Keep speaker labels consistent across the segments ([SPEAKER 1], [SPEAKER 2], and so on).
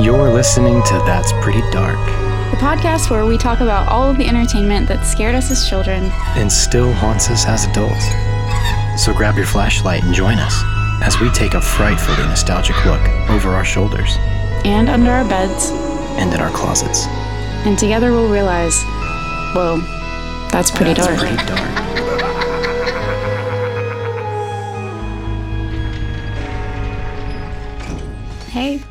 [SPEAKER 1] You're listening to That's Pretty Dark
[SPEAKER 2] the podcast where we talk about all of the entertainment that scared us as children.
[SPEAKER 1] and still haunts us as adults. So grab your flashlight and join us as we take a frightfully nostalgic look over our shoulders
[SPEAKER 2] and under our beds,
[SPEAKER 1] and in our closets.
[SPEAKER 2] and together we'll realize, whoa, that's pretty
[SPEAKER 1] That's
[SPEAKER 2] dark.
[SPEAKER 1] pretty dark.
[SPEAKER 2] Hey.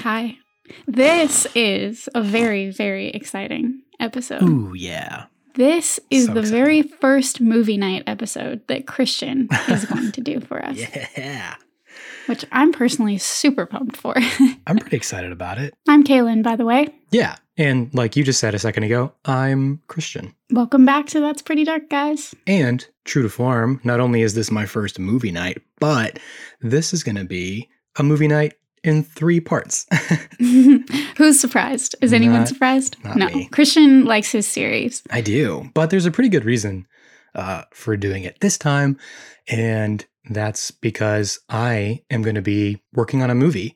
[SPEAKER 2] Hi. This is a very, very exciting episode.
[SPEAKER 1] Ooh, yeah.
[SPEAKER 2] This is
[SPEAKER 1] So
[SPEAKER 2] the
[SPEAKER 1] exciting.
[SPEAKER 2] very first movie night episode that Christian is going to do for us,
[SPEAKER 1] Yeah.
[SPEAKER 2] which I'm personally super pumped for.
[SPEAKER 1] I'm pretty excited about it.
[SPEAKER 2] I'm Kaylin, by the way.
[SPEAKER 1] Yeah. And like you just said a second ago, I'm Christian.
[SPEAKER 2] Welcome back to That's Pretty Dark, guys.
[SPEAKER 1] And true to form, not only is this my first movie night, but this is going to be a movie night in three parts.
[SPEAKER 2] Who's surprised? Is anyone
[SPEAKER 1] Not-
[SPEAKER 2] surprised?
[SPEAKER 1] not
[SPEAKER 2] no.
[SPEAKER 1] me.
[SPEAKER 2] Christian likes his series.
[SPEAKER 1] I do, but there's a pretty good reason uh, for doing it this time. And that's because I am going to be working on a movie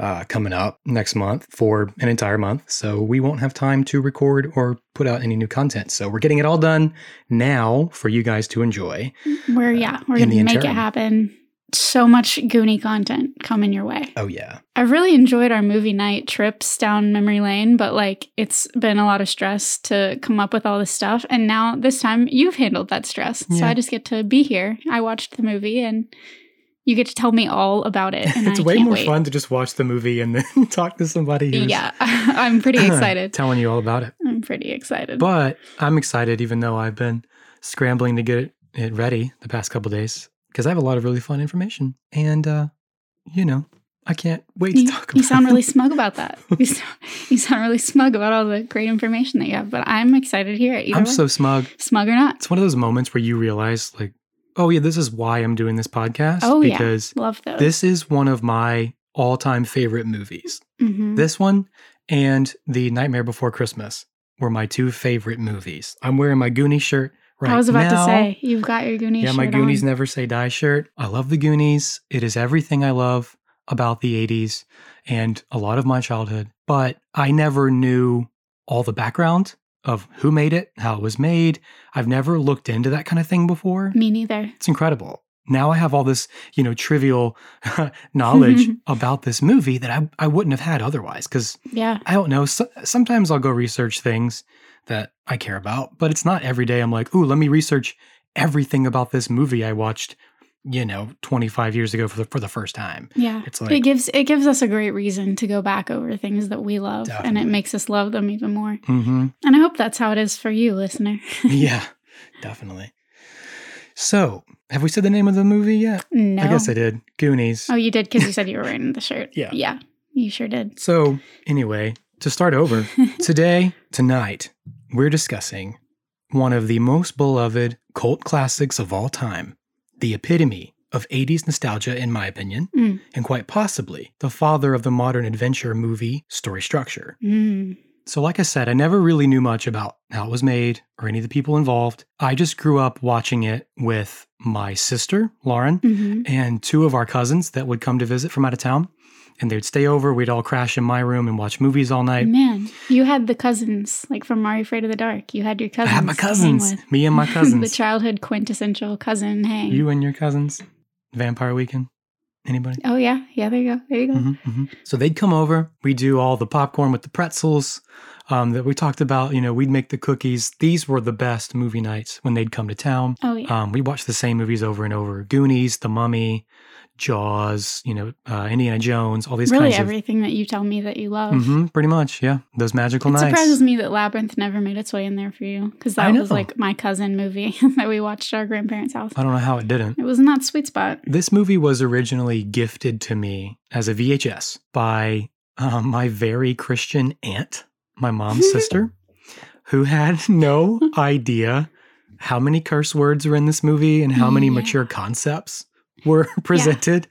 [SPEAKER 1] uh, coming up next month for an entire month. So we won't have time to record or put out any new content. So we're getting it all done now for you guys to enjoy.
[SPEAKER 2] We're yeah, we're
[SPEAKER 1] Uh, in
[SPEAKER 2] gonna
[SPEAKER 1] the
[SPEAKER 2] make it
[SPEAKER 1] interim.
[SPEAKER 2] happen. So much Goonie content coming your way.
[SPEAKER 1] Oh, yeah.
[SPEAKER 2] I've really enjoyed our movie night trips down memory lane, but like it's been a lot of stress to come up with all this stuff. And now this time you've handled that stress. So
[SPEAKER 1] Yeah.
[SPEAKER 2] I just get to be here. I watched the movie and you get to tell me all about it. And
[SPEAKER 1] it's
[SPEAKER 2] I
[SPEAKER 1] way
[SPEAKER 2] can't
[SPEAKER 1] more
[SPEAKER 2] wait.
[SPEAKER 1] fun to just watch the movie and then talk to somebody who's
[SPEAKER 2] Yeah. I'm pretty excited.
[SPEAKER 1] telling you all about it.
[SPEAKER 2] I'm pretty excited.
[SPEAKER 1] But I'm excited, even though I've been scrambling to get it, it ready the past couple days because I have a lot of really fun information, and uh, you know, I can't wait to
[SPEAKER 2] You,
[SPEAKER 1] talk about.
[SPEAKER 2] you sound
[SPEAKER 1] it.
[SPEAKER 2] really smug about that. You sound, you sound really smug about all the great information that you have, but I'm excited to hear it. Either
[SPEAKER 1] I'm
[SPEAKER 2] way.
[SPEAKER 1] so smug.
[SPEAKER 2] smug or not.
[SPEAKER 1] It's one of those moments where you realize, like, oh yeah, this is why I'm doing this podcast
[SPEAKER 2] Oh, yeah.
[SPEAKER 1] because
[SPEAKER 2] Love those.
[SPEAKER 1] this is one of my all-time favorite movies.
[SPEAKER 2] Mhm.
[SPEAKER 1] This one and The Nightmare Before Christmas were my two favorite movies. I'm wearing my Goonie shirt right now.
[SPEAKER 2] I was about to say, you've got your Goonies.
[SPEAKER 1] Yeah, my
[SPEAKER 2] shirt
[SPEAKER 1] Goonies
[SPEAKER 2] on.
[SPEAKER 1] Never Say Die shirt. I love the Goonies. It is everything I love about the 80s and a lot of my childhood. But I never knew all the background of who made it, how it was made. I've never looked into that kind of thing before.
[SPEAKER 2] Me neither.
[SPEAKER 1] It's incredible. Now I have all this, you know, trivial knowledge about this movie that I, I wouldn't have had otherwise because
[SPEAKER 2] Yeah.
[SPEAKER 1] I don't know. So, sometimes I'll go research things that I care about, but it's not every day I'm like, ooh, let me research everything about this movie I watched, you know, 25 years ago for the, for the first time.
[SPEAKER 2] Yeah.
[SPEAKER 1] It's
[SPEAKER 2] it
[SPEAKER 1] like,
[SPEAKER 2] gives it gives us a great reason to go back over things that we love and it
[SPEAKER 1] Definitely.
[SPEAKER 2] makes us love them even more.
[SPEAKER 1] mm-hmm.
[SPEAKER 2] And I hope that's how it is for you, listener.
[SPEAKER 1] yeah, definitely. So, have we said the name of the movie yet?
[SPEAKER 2] No.
[SPEAKER 1] I guess I did. Goonies.
[SPEAKER 2] oh, you did because you said you were wearing the shirt.
[SPEAKER 1] Yeah.
[SPEAKER 2] Yeah. You sure did.
[SPEAKER 1] So, anyway, to start over, today, tonight, we're discussing one of the most beloved cult classics of all time, the epitome of 80s nostalgia, in my opinion,
[SPEAKER 2] Mm.
[SPEAKER 1] and quite possibly the father of the modern adventure movie story structure.
[SPEAKER 2] Mm.
[SPEAKER 1] So, like I said, I never really knew much about how it was made or any of the people involved. I just grew up watching it with my sister, Lauren,
[SPEAKER 2] hmm
[SPEAKER 1] and two of our cousins that would come to visit from out of town. And they'd stay over. We'd all crash in my room and watch movies all night.
[SPEAKER 2] Man, you had the cousins, like from Are You Afraid of the Dark? You had your
[SPEAKER 1] I
[SPEAKER 2] cousins.
[SPEAKER 1] had my
[SPEAKER 2] to hang
[SPEAKER 1] cousins,
[SPEAKER 2] with.
[SPEAKER 1] me and my
[SPEAKER 2] the
[SPEAKER 1] cousins.
[SPEAKER 2] childhood quintessential cousin hang.
[SPEAKER 1] you and your cousins, Vampire Weekend. Anybody?
[SPEAKER 2] oh, yeah. Yeah, there you go. There you go.
[SPEAKER 1] Mhm, mhm. So they'd come over. We do all the popcorn with the pretzels um, that we talked about. You know, we'd make the cookies. These were the best movie nights when they'd come to town.
[SPEAKER 2] Oh, yeah.
[SPEAKER 1] Um, we watched the same movies over and over: Goonies, The Mummy, Jaws. You know, uh, Indiana Jones. All these
[SPEAKER 2] really,
[SPEAKER 1] kinds of
[SPEAKER 2] everything that you tell me that you love.
[SPEAKER 1] hmm pretty much, yeah. Those magical
[SPEAKER 2] It
[SPEAKER 1] nights.
[SPEAKER 2] surprises me that Labyrinth never made its way in there for you because
[SPEAKER 1] I
[SPEAKER 2] that was
[SPEAKER 1] know.
[SPEAKER 2] like my cousin movie that we watched at our grandparents' house.
[SPEAKER 1] I don't know how it didn't.
[SPEAKER 2] It was in that sweet spot.
[SPEAKER 1] This movie was originally gifted to me as a VHS by um, my very Christian aunt, my mom's sister, who had no idea how many curse words were in this movie and how many
[SPEAKER 2] Yeah.
[SPEAKER 1] mature concepts were presented.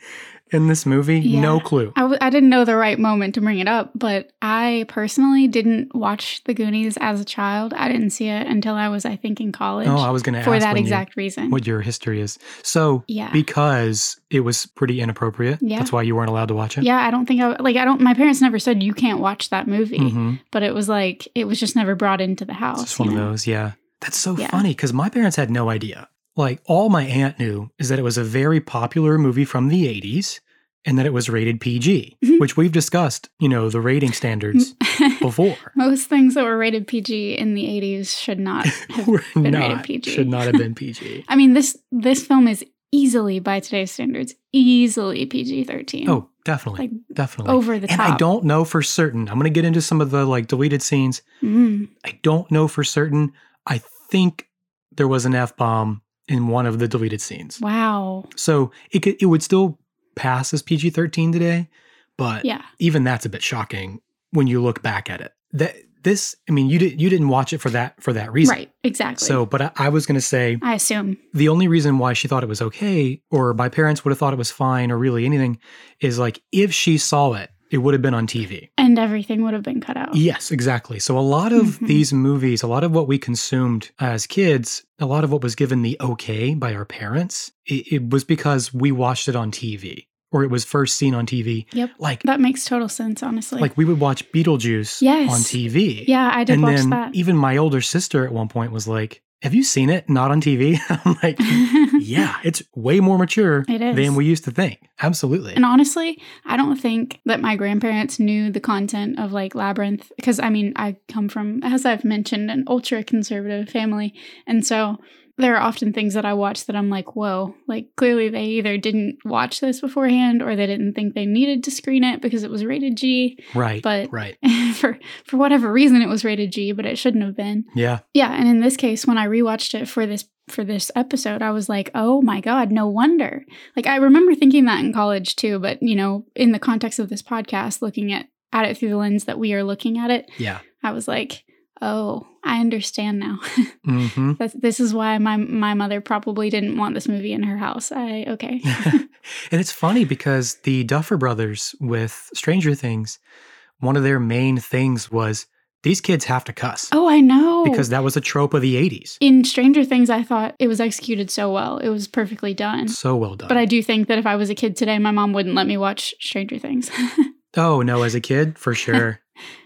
[SPEAKER 1] in this movie?
[SPEAKER 2] Yeah.
[SPEAKER 1] No clue.
[SPEAKER 2] I, w- I didn't know the right moment to bring it up, but I personally didn't watch The Goonies as a child. I didn't see it until I was, I think, in college
[SPEAKER 1] Oh, I was going to ask
[SPEAKER 2] for that
[SPEAKER 1] when you-
[SPEAKER 2] exact reason.
[SPEAKER 1] what your history is. So
[SPEAKER 2] yeah.
[SPEAKER 1] because it was pretty inappropriate,
[SPEAKER 2] Yeah.
[SPEAKER 1] that's why you weren't allowed to watch it.
[SPEAKER 2] yeah, I don't think I like I don't my parents never said you can't watch that movie,
[SPEAKER 1] hmm
[SPEAKER 2] but it was like it was just never brought into the house.
[SPEAKER 1] It's just one
[SPEAKER 2] you
[SPEAKER 1] of
[SPEAKER 2] know?
[SPEAKER 1] those. Yeah. That's so
[SPEAKER 2] Yeah.
[SPEAKER 1] funny because my parents had no idea. Like, all my aunt knew is that it was a very popular movie from the 80s and that it was rated PG,
[SPEAKER 2] Mhm.
[SPEAKER 1] which we've discussed, you know, the rating standards before.
[SPEAKER 2] Most things that were rated PG in the 80s should not have
[SPEAKER 1] Were
[SPEAKER 2] been rated
[SPEAKER 1] not,
[SPEAKER 2] PG.
[SPEAKER 1] Should not have been PG.
[SPEAKER 2] I mean this this film is easily by today's standards easily PG-13.
[SPEAKER 1] oh, definitely.
[SPEAKER 2] like
[SPEAKER 1] definitely.
[SPEAKER 2] over the
[SPEAKER 1] and
[SPEAKER 2] top.
[SPEAKER 1] I don't know for certain. I'm going to get into some of the like deleted scenes.
[SPEAKER 2] Mm.
[SPEAKER 1] I don't know for certain. I think there was an F bomb in one of the deleted scenes.
[SPEAKER 2] Wow.
[SPEAKER 1] So it could, it would still pass as PG 13 today, but
[SPEAKER 2] Yeah.
[SPEAKER 1] even that's a bit shocking when you look back at it. That this, I mean, you did you didn't watch it for that for that reason.
[SPEAKER 2] Right. Exactly.
[SPEAKER 1] So, but I, I was going to say
[SPEAKER 2] I assume.
[SPEAKER 1] the only reason why she thought it was okay, or my parents would have thought it was fine, or really anything, is like if she saw it, it would have been on TV.
[SPEAKER 2] And everything would have been cut out.
[SPEAKER 1] Yes, exactly. So a lot of
[SPEAKER 2] Mhm.
[SPEAKER 1] these movies, a lot of what we consumed as kids, a lot of what was given the okay by our parents, it, it was because we watched it on TV or it was first seen on TV.
[SPEAKER 2] Yep.
[SPEAKER 1] Like
[SPEAKER 2] That makes total sense, honestly.
[SPEAKER 1] like we would watch Beetlejuice
[SPEAKER 2] Yes.
[SPEAKER 1] on TV.
[SPEAKER 2] yeah, I did
[SPEAKER 1] and
[SPEAKER 2] watch
[SPEAKER 1] then
[SPEAKER 2] that.
[SPEAKER 1] even my older sister at one point was like, "Have you seen it? Not on TV." I'm like, E. "Yeah, it's way more mature
[SPEAKER 2] It is.
[SPEAKER 1] than we used to think." Absolutely.
[SPEAKER 2] And honestly, I don't think that my grandparents knew the content of like Labyrinth because I mean, I come from, as I've mentioned, an ultra conservative family. And so there are often things that I watch that I'm like, whoa, like clearly they either didn't watch this beforehand or they didn't think they needed to screen it because it was rated G.
[SPEAKER 1] right.
[SPEAKER 2] But
[SPEAKER 1] right.
[SPEAKER 2] for, for whatever reason, it was rated G, but it shouldn't have been.
[SPEAKER 1] Yeah.
[SPEAKER 2] Yeah, and in this case, when I rewatched it for this for this episode, I was like, "Oh my god, no wonder!" Like I remember thinking that in college too, but you know, in the context of this podcast, looking at at it through the lens that we are looking at it,
[SPEAKER 1] Yeah.
[SPEAKER 2] I was like, "Oh, I understand now.
[SPEAKER 1] Mhm.
[SPEAKER 2] That's, this is why my my mother probably didn't want this movie in her house." I okay,
[SPEAKER 1] and it's funny because the Duffer brothers with Stranger Things, one of their main things was these kids have to cuss
[SPEAKER 2] oh I know
[SPEAKER 1] because that was a trope of the 80s.
[SPEAKER 2] in Stranger Things, I thought it was executed so well; it was perfectly done.
[SPEAKER 1] So well done.
[SPEAKER 2] But I do think that if I was a kid today, my mom wouldn't let me watch Stranger Things.
[SPEAKER 1] oh, no, as a kid, for sure.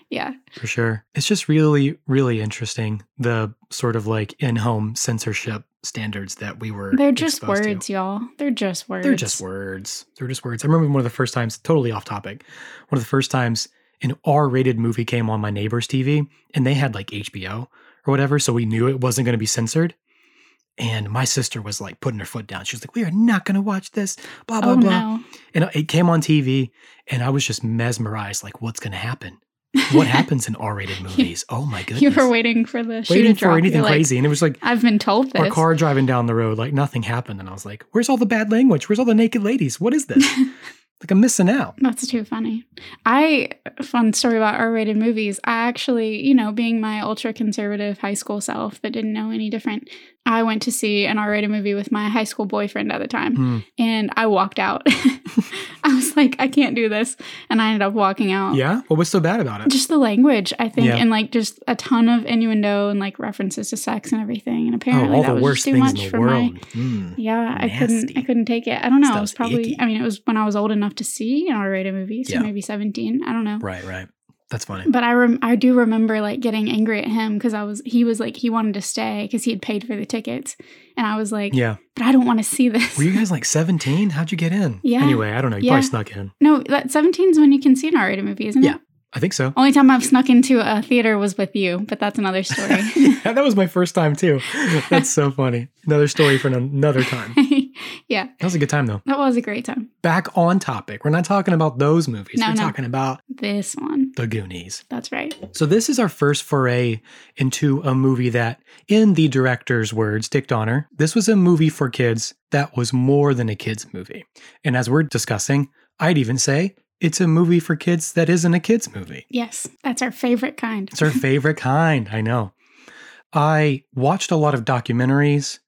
[SPEAKER 2] yeah.
[SPEAKER 1] for sure. It's just really, really interesting the sort of like in home censorship standards that we were.
[SPEAKER 2] They're just
[SPEAKER 1] exposed to.
[SPEAKER 2] words, y'all. They're just words.
[SPEAKER 1] They're just words. They're just words. I remember one of the first times, totally off topic, one of the first times an R rated movie came on my neighbor's TV and they had like HBO or whatever. So we knew it wasn't going to be censored. And my sister was like putting her foot down. She was like, we are not going to watch this, blah, blah,
[SPEAKER 2] Oh
[SPEAKER 1] blah.
[SPEAKER 2] no!
[SPEAKER 1] And it came on TV and I was just mesmerized like, what's going to happen? What happens in R rated movies? Oh my goodness.
[SPEAKER 2] you were waiting for the shoe
[SPEAKER 1] waiting
[SPEAKER 2] to
[SPEAKER 1] for
[SPEAKER 2] drop.
[SPEAKER 1] anything
[SPEAKER 2] You're like,
[SPEAKER 1] crazy. And it was like,
[SPEAKER 2] I've been told
[SPEAKER 1] our
[SPEAKER 2] this.
[SPEAKER 1] car driving down the road, like nothing happened. And I was like, where's all the bad language? Where's all the naked ladies? What is this? like, I'm missing out.
[SPEAKER 2] That's too funny. I fun story about R-rated movies. I actually, you know, being my ultra conservative high school self that didn't know any different, I went to see an R-rated movie with my high school boyfriend at the time,
[SPEAKER 1] Hmm.
[SPEAKER 2] and I walked out. I was like, I can't do this, and I ended up walking out.
[SPEAKER 1] Yeah. What was so bad about it?
[SPEAKER 2] Just the language, I think,
[SPEAKER 1] Yeah.
[SPEAKER 2] and like just a ton of innuendo and like references to sex and everything. And
[SPEAKER 1] oh,
[SPEAKER 2] apparently,
[SPEAKER 1] all
[SPEAKER 2] that
[SPEAKER 1] the
[SPEAKER 2] was
[SPEAKER 1] worst
[SPEAKER 2] just too
[SPEAKER 1] things
[SPEAKER 2] much
[SPEAKER 1] in the
[SPEAKER 2] for
[SPEAKER 1] world.
[SPEAKER 2] my. Mm.
[SPEAKER 1] Hmm.
[SPEAKER 2] Yeah, I couldn't. I
[SPEAKER 1] Nasty.
[SPEAKER 2] couldn't take it. I don't know. It was
[SPEAKER 1] Stuff's
[SPEAKER 2] probably.
[SPEAKER 1] icky.
[SPEAKER 2] I mean, it was when I was old enough to see an R-rated movie, so
[SPEAKER 1] Yeah.
[SPEAKER 2] maybe seventeen. I don't know.
[SPEAKER 1] Right, right. That's funny.
[SPEAKER 2] But I rem- I do remember like getting angry at him because I was he was like he wanted to stay because he had paid for the tickets, and I was like,
[SPEAKER 1] Yeah.
[SPEAKER 2] but I don't want to see this.
[SPEAKER 1] Were you guys like 17? How'd you get in?
[SPEAKER 2] Yeah.
[SPEAKER 1] Anyway, I don't know. You
[SPEAKER 2] Yeah.
[SPEAKER 1] probably snuck in.
[SPEAKER 2] no, that seventeen's when you can see an R-rated movie, isn't
[SPEAKER 1] Yeah.
[SPEAKER 2] it?
[SPEAKER 1] I think so.
[SPEAKER 2] Only time I've snuck into a theater was with you, but that's another story.
[SPEAKER 1] yeah, that was my first time too. That's so funny. Another story for another time.
[SPEAKER 2] yeah,
[SPEAKER 1] That was a good time though.
[SPEAKER 2] that was a great time.
[SPEAKER 1] Back on topic. We're not talking about those movies.
[SPEAKER 2] No,
[SPEAKER 1] We're
[SPEAKER 2] no.
[SPEAKER 1] talking about
[SPEAKER 2] This one.
[SPEAKER 1] the Goonies.
[SPEAKER 2] That's right.
[SPEAKER 1] So this is our first foray into a movie that, in the director's words, Dick Donner, this was a movie for kids that was more than a kids movie. And as we're discussing, I'd even say it's a movie for kids that isn't a kids movie.
[SPEAKER 2] Yes, that's our favorite kind.
[SPEAKER 1] It's our favorite kind. I know. I watched a lot of documentaries,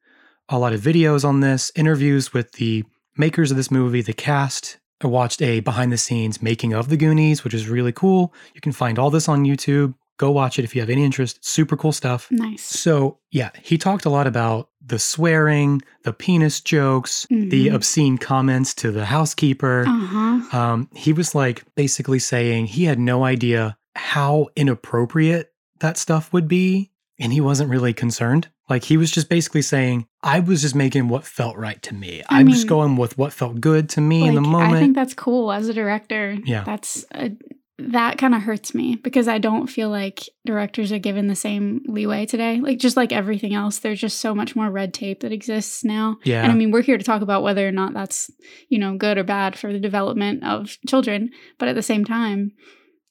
[SPEAKER 1] a lot of videos on this, interviews with the makers of this movie, the cast, I watched a behind the scenes making of the Goonies, which is really cool. You can find all this on YouTube. Go watch it if you have any interest. Super cool stuff.
[SPEAKER 2] Nice.
[SPEAKER 1] So, yeah, he talked a lot about the swearing, the penis jokes, the
[SPEAKER 2] Mm-hmm.
[SPEAKER 1] obscene comments to the housekeeper.
[SPEAKER 2] Uh huh.
[SPEAKER 1] Um, he was like basically saying he had no idea how inappropriate that stuff would be, and he wasn't really concerned. Like he was just basically saying, I was just making what felt right to me.
[SPEAKER 2] I
[SPEAKER 1] I am just
[SPEAKER 2] mean,
[SPEAKER 1] going with what felt good to me in the
[SPEAKER 2] Like, I
[SPEAKER 1] moment.
[SPEAKER 2] think that's cool as a director.
[SPEAKER 1] Yeah.
[SPEAKER 2] That's a, that kind of hurts me because I don't feel like directors are given the same leeway today. Like just like everything else, there's just so much more red tape that exists now.
[SPEAKER 1] yeah.
[SPEAKER 2] And I mean, we're here to talk about whether or not that's, you know, good or bad for the development of children, but at the same time,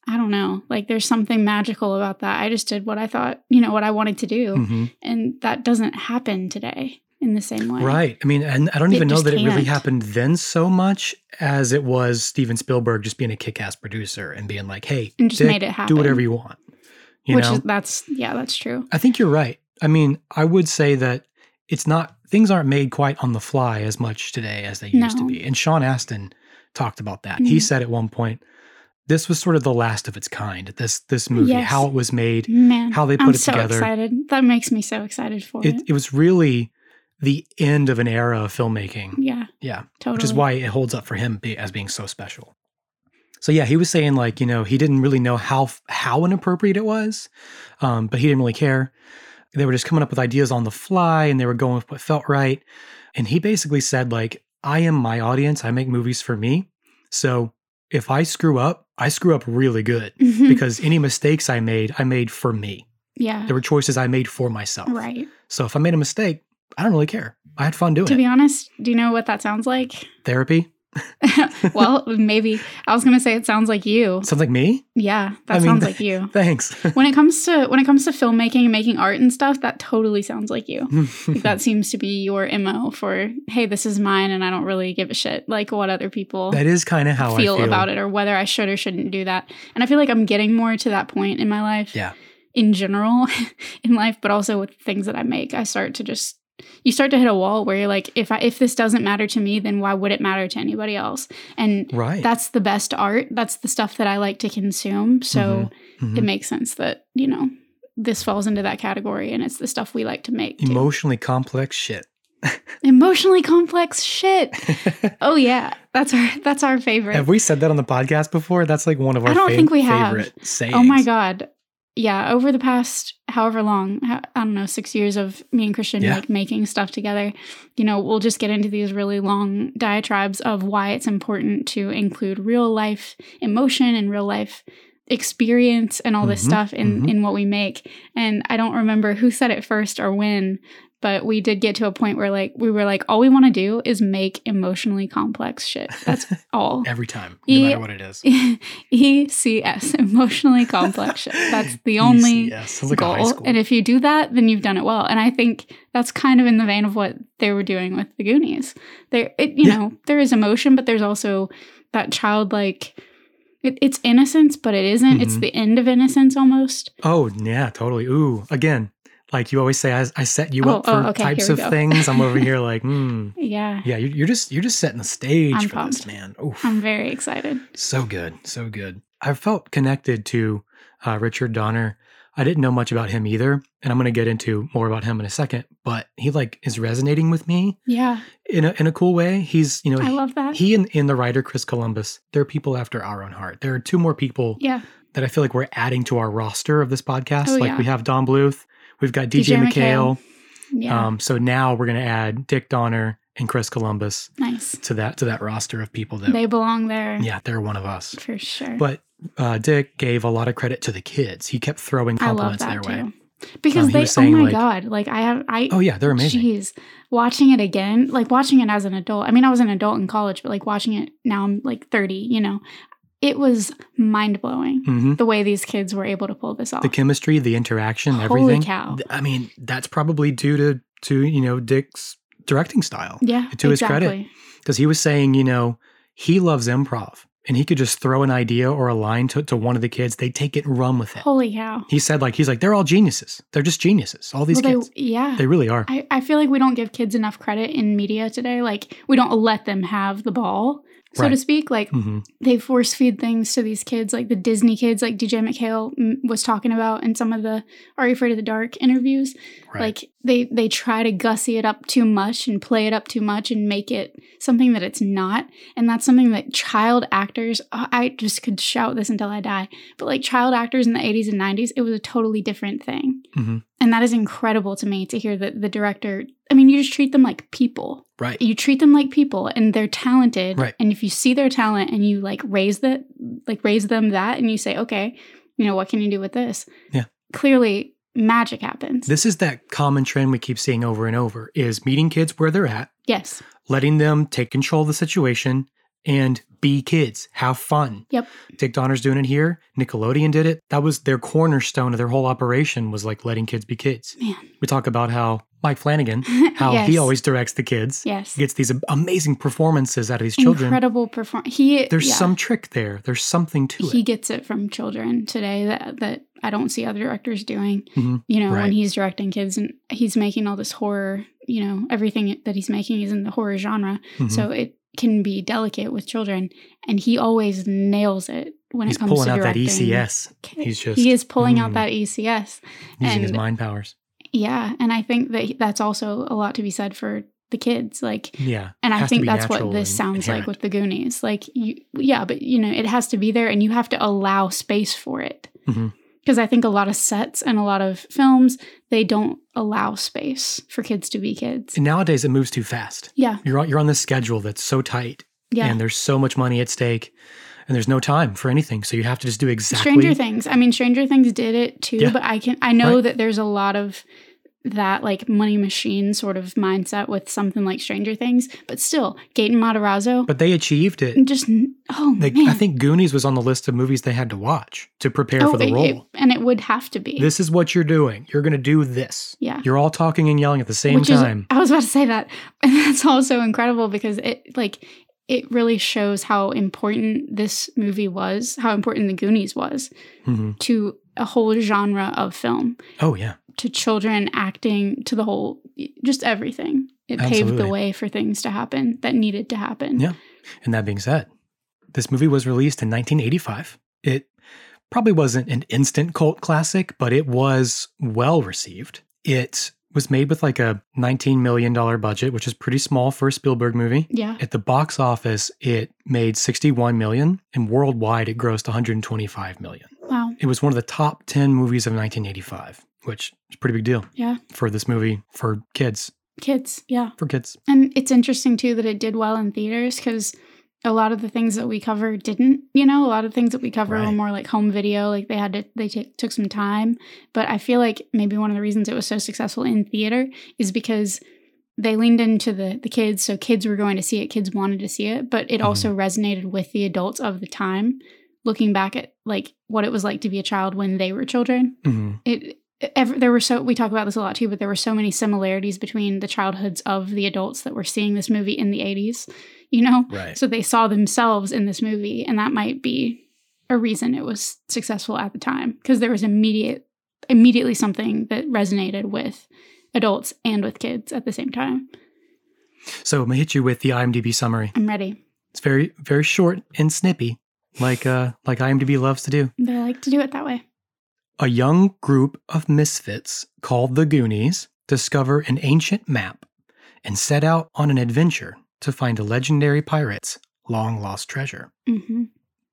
[SPEAKER 2] I don't know. Like there's something magical about that. I just did what I thought, you know, what I wanted to do,
[SPEAKER 1] Mhm.
[SPEAKER 2] and that doesn't happen today in the same way.
[SPEAKER 1] Right. I mean, and I don't
[SPEAKER 2] It
[SPEAKER 1] even know
[SPEAKER 2] just
[SPEAKER 1] that it really
[SPEAKER 2] can't.
[SPEAKER 1] happened then so much as it was Steven Spielberg just being a kick ass producer and being like, hey,
[SPEAKER 2] And just
[SPEAKER 1] Dick,
[SPEAKER 2] made it happen.
[SPEAKER 1] do whatever you want. You
[SPEAKER 2] which
[SPEAKER 1] know?
[SPEAKER 2] is that's yeah, that's true.
[SPEAKER 1] I think you're right. I mean, I would say that it's not things aren't made quite on the fly as much today as they used to
[SPEAKER 2] No.
[SPEAKER 1] be. And Sean Astin talked about that. He
[SPEAKER 2] Mhm.
[SPEAKER 1] said at one point, this was sort of the last of its kind. This this movie,
[SPEAKER 2] Yes.
[SPEAKER 1] how it was made,
[SPEAKER 2] Man,
[SPEAKER 1] how they put
[SPEAKER 2] I'm
[SPEAKER 1] it
[SPEAKER 2] so
[SPEAKER 1] together.
[SPEAKER 2] excited. That makes me so excited for it.
[SPEAKER 1] It it was really the end of an era of filmmaking,
[SPEAKER 2] yeah,
[SPEAKER 1] Yeah,
[SPEAKER 2] totally.
[SPEAKER 1] which is why it holds up for him be, as being so special. So yeah, he was saying like you know he didn't really know how f- how inappropriate it was, um, but he didn't really care. They were just coming up with ideas on the fly, and they were going with what felt right. And he basically said like, "I am my audience. I make movies for me. So if I screw up, I screw up really good
[SPEAKER 2] Mhm.
[SPEAKER 1] because any mistakes I made, I made for me.
[SPEAKER 2] yeah,
[SPEAKER 1] There were choices I made for myself.
[SPEAKER 2] right.
[SPEAKER 1] So if I made a mistake, I don't really care. I had fun doing
[SPEAKER 2] To
[SPEAKER 1] it.
[SPEAKER 2] be honest, do you know what that sounds like?
[SPEAKER 1] Therapy
[SPEAKER 2] well, maybe I was gonna say it sounds like you.
[SPEAKER 1] sounds like me.
[SPEAKER 2] Yeah, that
[SPEAKER 1] I mean,
[SPEAKER 2] sounds like you.
[SPEAKER 1] Thanks.
[SPEAKER 2] When it comes to when it comes to filmmaking and making art and stuff, that totally sounds like you. Like, that seems to be your mo for hey, this is mine, and I don't really give a shit like what other people
[SPEAKER 1] that is kind of how
[SPEAKER 2] feel,
[SPEAKER 1] I feel
[SPEAKER 2] about it or whether I should or shouldn't do that. And I feel like I'm getting more to that point in my life.
[SPEAKER 1] Yeah.
[SPEAKER 2] In general, in life, but also with things that I make, I start to just you start to hit a wall where you're like, if I if this doesn't matter to me, then why would it matter to anybody else? And
[SPEAKER 1] Right.
[SPEAKER 2] that's the best art. That's the stuff that I like to consume. So
[SPEAKER 1] Mhm.
[SPEAKER 2] it makes sense that, you know, this falls into that category and it's the stuff we like to make. too.
[SPEAKER 1] Emotionally complex shit.
[SPEAKER 2] Emotionally complex shit. oh yeah. That's our that's our favorite.
[SPEAKER 1] Have we said that on the podcast before? That's like one of our
[SPEAKER 2] I don't
[SPEAKER 1] fa-
[SPEAKER 2] think we have.
[SPEAKER 1] favorite sayings.
[SPEAKER 2] Oh my god. Yeah, over the past however long, ho- I don't know, 6 years of me and Christian
[SPEAKER 1] Yeah.
[SPEAKER 2] like making stuff together, you know, we'll just get into these really long diatribes of why it's important to include real life emotion and real life experience and all this
[SPEAKER 1] Mhm,
[SPEAKER 2] stuff in
[SPEAKER 1] mhm.
[SPEAKER 2] in what we make. And I don't remember who said it first or when, but we did get to a point where like we were like all we want to do is make emotionally complex shit. That's all.
[SPEAKER 1] Every time, no
[SPEAKER 2] E-
[SPEAKER 1] matter what it is.
[SPEAKER 2] ECS, E emotionally complex shit. That's the only
[SPEAKER 1] Yes, E sounds like a high
[SPEAKER 2] goal.
[SPEAKER 1] school.
[SPEAKER 2] And if you do that, then you've done it well. And I think that's kind of in the vein of what they were doing with the Goonies. There, it, you
[SPEAKER 1] Yeah.
[SPEAKER 2] know, there is emotion, but there's also that childlike. It, it's innocence, but it isn't. It's
[SPEAKER 1] Mhm.
[SPEAKER 2] the end of innocence almost.
[SPEAKER 1] oh yeah, totally. Ooh, again, like you always say, I, I set you
[SPEAKER 2] Oh,
[SPEAKER 1] up for
[SPEAKER 2] oh, okay,
[SPEAKER 1] types
[SPEAKER 2] here we
[SPEAKER 1] of
[SPEAKER 2] go.
[SPEAKER 1] things. I'm over here like, hmm.
[SPEAKER 2] Yeah,
[SPEAKER 1] Yeah, you're, you're just you're just setting the stage
[SPEAKER 2] I'm
[SPEAKER 1] for this,
[SPEAKER 2] pumped.
[SPEAKER 1] man. Oof.
[SPEAKER 2] I'm very excited.
[SPEAKER 1] So good. So good. I felt connected to uh, Richard Donner. I didn't know much about him either. And I'm going to get into more about him in a second. But he like is resonating with me
[SPEAKER 2] Yeah,
[SPEAKER 1] in a, in a cool way. He's, you know,
[SPEAKER 2] I
[SPEAKER 1] he-
[SPEAKER 2] love that.
[SPEAKER 1] he and, and the writer Chris Columbus, they're people after our own heart. There are two more people
[SPEAKER 2] yeah,
[SPEAKER 1] that I feel like we're adding to our roster of this podcast.
[SPEAKER 2] Oh,
[SPEAKER 1] like
[SPEAKER 2] yeah.
[SPEAKER 1] we have Don Bluth, we've got DJ,
[SPEAKER 2] DJ
[SPEAKER 1] McHale.
[SPEAKER 2] yeah,
[SPEAKER 1] Um, so now we're going to add Dick Donner and Chris Columbus
[SPEAKER 2] nice.
[SPEAKER 1] to that to that roster of people that
[SPEAKER 2] They belong there
[SPEAKER 1] yeah, they're one of us.
[SPEAKER 2] for sure.
[SPEAKER 1] But uh, Dick gave a lot of credit to the kids. He kept throwing
[SPEAKER 2] I love
[SPEAKER 1] compliments
[SPEAKER 2] that
[SPEAKER 1] their
[SPEAKER 2] too.
[SPEAKER 1] way.
[SPEAKER 2] Because
[SPEAKER 1] Um, he
[SPEAKER 2] they,
[SPEAKER 1] was saying,
[SPEAKER 2] oh my
[SPEAKER 1] like-
[SPEAKER 2] god, like I have, I
[SPEAKER 1] Oh yeah, they're amazing.
[SPEAKER 2] Jeez, watching it again, like watching it as an adult. I mean, I was an adult in college, but like watching it now, I'm like 30. You know, it was mind blowing
[SPEAKER 1] hmm
[SPEAKER 2] the way these kids were able to pull this off.
[SPEAKER 1] The chemistry, the interaction,
[SPEAKER 2] Oh. Holy
[SPEAKER 1] everything.
[SPEAKER 2] cow!
[SPEAKER 1] Th- I mean, that's probably due to to you know Dick's directing style
[SPEAKER 2] Yeah,
[SPEAKER 1] to his credit. because he was saying you know he loves improv and he could just throw an idea or a line to, to one of the kids. They take it and run with it.
[SPEAKER 2] Holy cow!
[SPEAKER 1] He said like he's like they're all geniuses. They're just geniuses. All these
[SPEAKER 2] Well,
[SPEAKER 1] kids.
[SPEAKER 2] they, yeah,
[SPEAKER 1] They, really are.
[SPEAKER 2] I, I feel like we don't give kids enough credit in media today. Like we don't let them have the ball so
[SPEAKER 1] Right.
[SPEAKER 2] to speak. Like
[SPEAKER 1] hmm
[SPEAKER 2] they force feed things to these kids, like the Disney kids, like DJ McHale mm, was talking about in some of the Are You Afraid of the Dark interviews.
[SPEAKER 1] Right.
[SPEAKER 2] Like they they try to gussy it up too much and play it up too much and make it something that it's not. And that's something that child actors, oh, I just could shout this until I die, but like child actors in the 80s and 90s, it was a totally different thing.
[SPEAKER 1] Mhm.
[SPEAKER 2] And that is incredible to me to hear that the director, I mean, you just treat them like people
[SPEAKER 1] right.
[SPEAKER 2] you treat them like people and they're talented
[SPEAKER 1] Right.
[SPEAKER 2] and if you see their talent and you like raise that like raise them that and you say okay you know what can you do with this
[SPEAKER 1] Yeah.
[SPEAKER 2] clearly magic happens
[SPEAKER 1] This is that common trend we keep seeing over and over is meeting kids where they're at,
[SPEAKER 2] yes
[SPEAKER 1] letting them take control of the situation and be kids, have fun.
[SPEAKER 2] Yep.
[SPEAKER 1] Dick Donner's doing it here. Nickelodeon did it. That was their cornerstone of their whole operation was like letting kids be kids.
[SPEAKER 2] Man.
[SPEAKER 1] We talk about how Mike Flanagan, how he
[SPEAKER 2] Yes.
[SPEAKER 1] always directs the kids,
[SPEAKER 2] yes
[SPEAKER 1] gets these amazing performances out of these children.
[SPEAKER 2] incredible perform he
[SPEAKER 1] There's
[SPEAKER 2] yeah.
[SPEAKER 1] some trick there. There's something to
[SPEAKER 2] he
[SPEAKER 1] it.
[SPEAKER 2] gets it from children today that that I don't see other directors doing.
[SPEAKER 1] Mhm.
[SPEAKER 2] You know,
[SPEAKER 1] Right.
[SPEAKER 2] when he's directing kids and he's making all this horror, you know, everything that he's making is in the horror genre.
[SPEAKER 1] Mhm.
[SPEAKER 2] So it can be delicate with children, and he always nails it when
[SPEAKER 1] He's
[SPEAKER 2] it comes
[SPEAKER 1] pulling
[SPEAKER 2] to
[SPEAKER 1] out that E
[SPEAKER 2] directing.
[SPEAKER 1] ECS, He's just,
[SPEAKER 2] he is pulling out
[SPEAKER 1] mm,
[SPEAKER 2] that ECS.
[SPEAKER 1] using his
[SPEAKER 2] and-
[SPEAKER 1] mind powers.
[SPEAKER 2] Yeah, and I think that that's also a lot to be said for the kids. Like
[SPEAKER 1] Yeah.
[SPEAKER 2] and I
[SPEAKER 1] has to
[SPEAKER 2] think
[SPEAKER 1] be
[SPEAKER 2] that's
[SPEAKER 1] natural
[SPEAKER 2] what this
[SPEAKER 1] and
[SPEAKER 2] sounds
[SPEAKER 1] inherent.
[SPEAKER 2] like with the Goonies. Like, you, yeah, but you know, it has to be there, and you have to allow space for it. Because
[SPEAKER 1] Mhm.
[SPEAKER 2] I think a lot of sets and a lot of films they don't allow space for kids to be kids.
[SPEAKER 1] And nowadays it moves too fast.
[SPEAKER 2] yeah,
[SPEAKER 1] You're on, you're on this schedule that's so tight,
[SPEAKER 2] yeah.
[SPEAKER 1] and there's so much money at stake, and there's no time for anything. So you have to just do exactly.
[SPEAKER 2] Stranger Things. I mean, Stranger Things did it too,
[SPEAKER 1] Yeah.
[SPEAKER 2] but I can I know
[SPEAKER 1] Right.
[SPEAKER 2] that there's a lot of that like money machine sort of mindset with something like Stranger Things, but still, Gaten Matarazzo.
[SPEAKER 1] But they achieved it.
[SPEAKER 2] just oh
[SPEAKER 1] They,
[SPEAKER 2] man, oh,
[SPEAKER 1] I think Goonies was on the list of movies they had to watch to prepare for the
[SPEAKER 2] it-
[SPEAKER 1] role.
[SPEAKER 2] it- and it would have to be
[SPEAKER 1] this is what you're doing. You're going to do this.
[SPEAKER 2] yeah.
[SPEAKER 1] You're all talking and yelling at the same
[SPEAKER 2] Which Is,
[SPEAKER 1] time.
[SPEAKER 2] I was about to say that, and that's also incredible because it like it really shows how important this movie was, how important the Goonies was
[SPEAKER 1] Mhm.
[SPEAKER 2] to a whole genre of film,
[SPEAKER 1] Oh yeah,
[SPEAKER 2] to children acting, to the whole, just everything. It paved
[SPEAKER 1] Absolutely.
[SPEAKER 2] the way for things to happen that needed to happen.
[SPEAKER 1] Yeah. And that being said, this movie was released in 1985. It probably wasn't an instant cult classic, but it was well received. It was made with like a $19 million budget, which is pretty small for a Spielberg movie.
[SPEAKER 2] Yeah.
[SPEAKER 1] At the box office, it made 61 million and worldwide it grossed 125 million.
[SPEAKER 2] Wow.
[SPEAKER 1] It was one of the top 10 movies of 1985, which is a pretty big deal.
[SPEAKER 2] Yeah.
[SPEAKER 1] For this movie for kids,
[SPEAKER 2] Kids. Yeah.
[SPEAKER 1] for kids.
[SPEAKER 2] And it's interesting too that it did well in theaters because a lot of the things that we cover didn't. You know, a lot of things that we cover were
[SPEAKER 1] Right.
[SPEAKER 2] more like home video. Like they had to, they t- took some time. But I feel like maybe one of the reasons it was so successful in theater is because they leaned into the the kids. So kids were going to see it. Kids wanted to see it. But it also resonated with the adults of the time. Looking back at like what it was like to be a child when they were children,
[SPEAKER 1] Mhm.
[SPEAKER 2] it ev there were so we talk about this a lot too but there were so many similarities between the childhoods of the adults that were seeing this movie in the 80s you know
[SPEAKER 1] Right.
[SPEAKER 2] so they saw themselves in this movie and that might be a reason it was successful at the time because there was immediate immediately something that resonated with adults and with kids at the same time
[SPEAKER 1] So I'm going to hit you with the IMDb summary.
[SPEAKER 2] i'm ready
[SPEAKER 1] It's very very short and snippy, like uh like IMDb loves to do.
[SPEAKER 2] they like to do it that way
[SPEAKER 1] A young group of misfits called the Goonies discover an ancient map and set out on an adventure to find a legendary pirate's long lost treasure.
[SPEAKER 2] hmm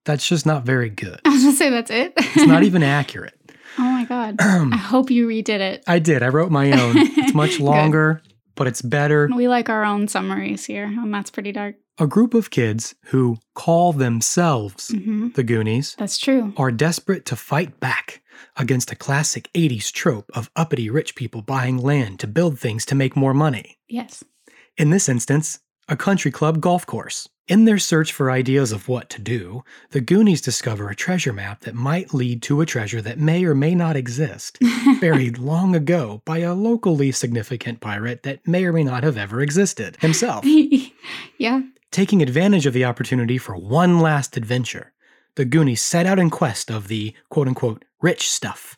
[SPEAKER 1] That's just not very good.
[SPEAKER 2] i was gonna say that's it
[SPEAKER 1] It's not even accurate.
[SPEAKER 2] oh my god i
[SPEAKER 1] I
[SPEAKER 2] hope you redid it
[SPEAKER 1] did. I wrote my own. It's much
[SPEAKER 2] Good.
[SPEAKER 1] longer, but it's better.
[SPEAKER 2] we like our own summaries here and that's pretty dark
[SPEAKER 1] A group of kids who call themselves
[SPEAKER 2] hmm
[SPEAKER 1] the Goonies
[SPEAKER 2] That's true.
[SPEAKER 1] are desperate to fight back against a classic 80s trope of uppity rich people buying land to build things to make more money.
[SPEAKER 2] Yes.
[SPEAKER 1] In this instance, a country club golf course. In their search for ideas of what to do, the Goonies discover a treasure map that might lead to a treasure that may or may not exist, buried long ago by a locally significant pirate that may or may not have ever existed himself.
[SPEAKER 2] yeah.
[SPEAKER 1] Taking advantage of the opportunity for one last adventure, the Goonies set out in quest of the quote unquote rich stuff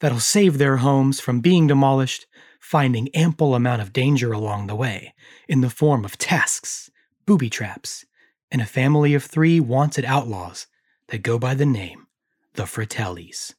[SPEAKER 1] that'll save their homes from being demolished, finding ample amount of danger along the way in the form of tasks, booby traps, and a family of three wanted outlaws that go by the name the Fratellis.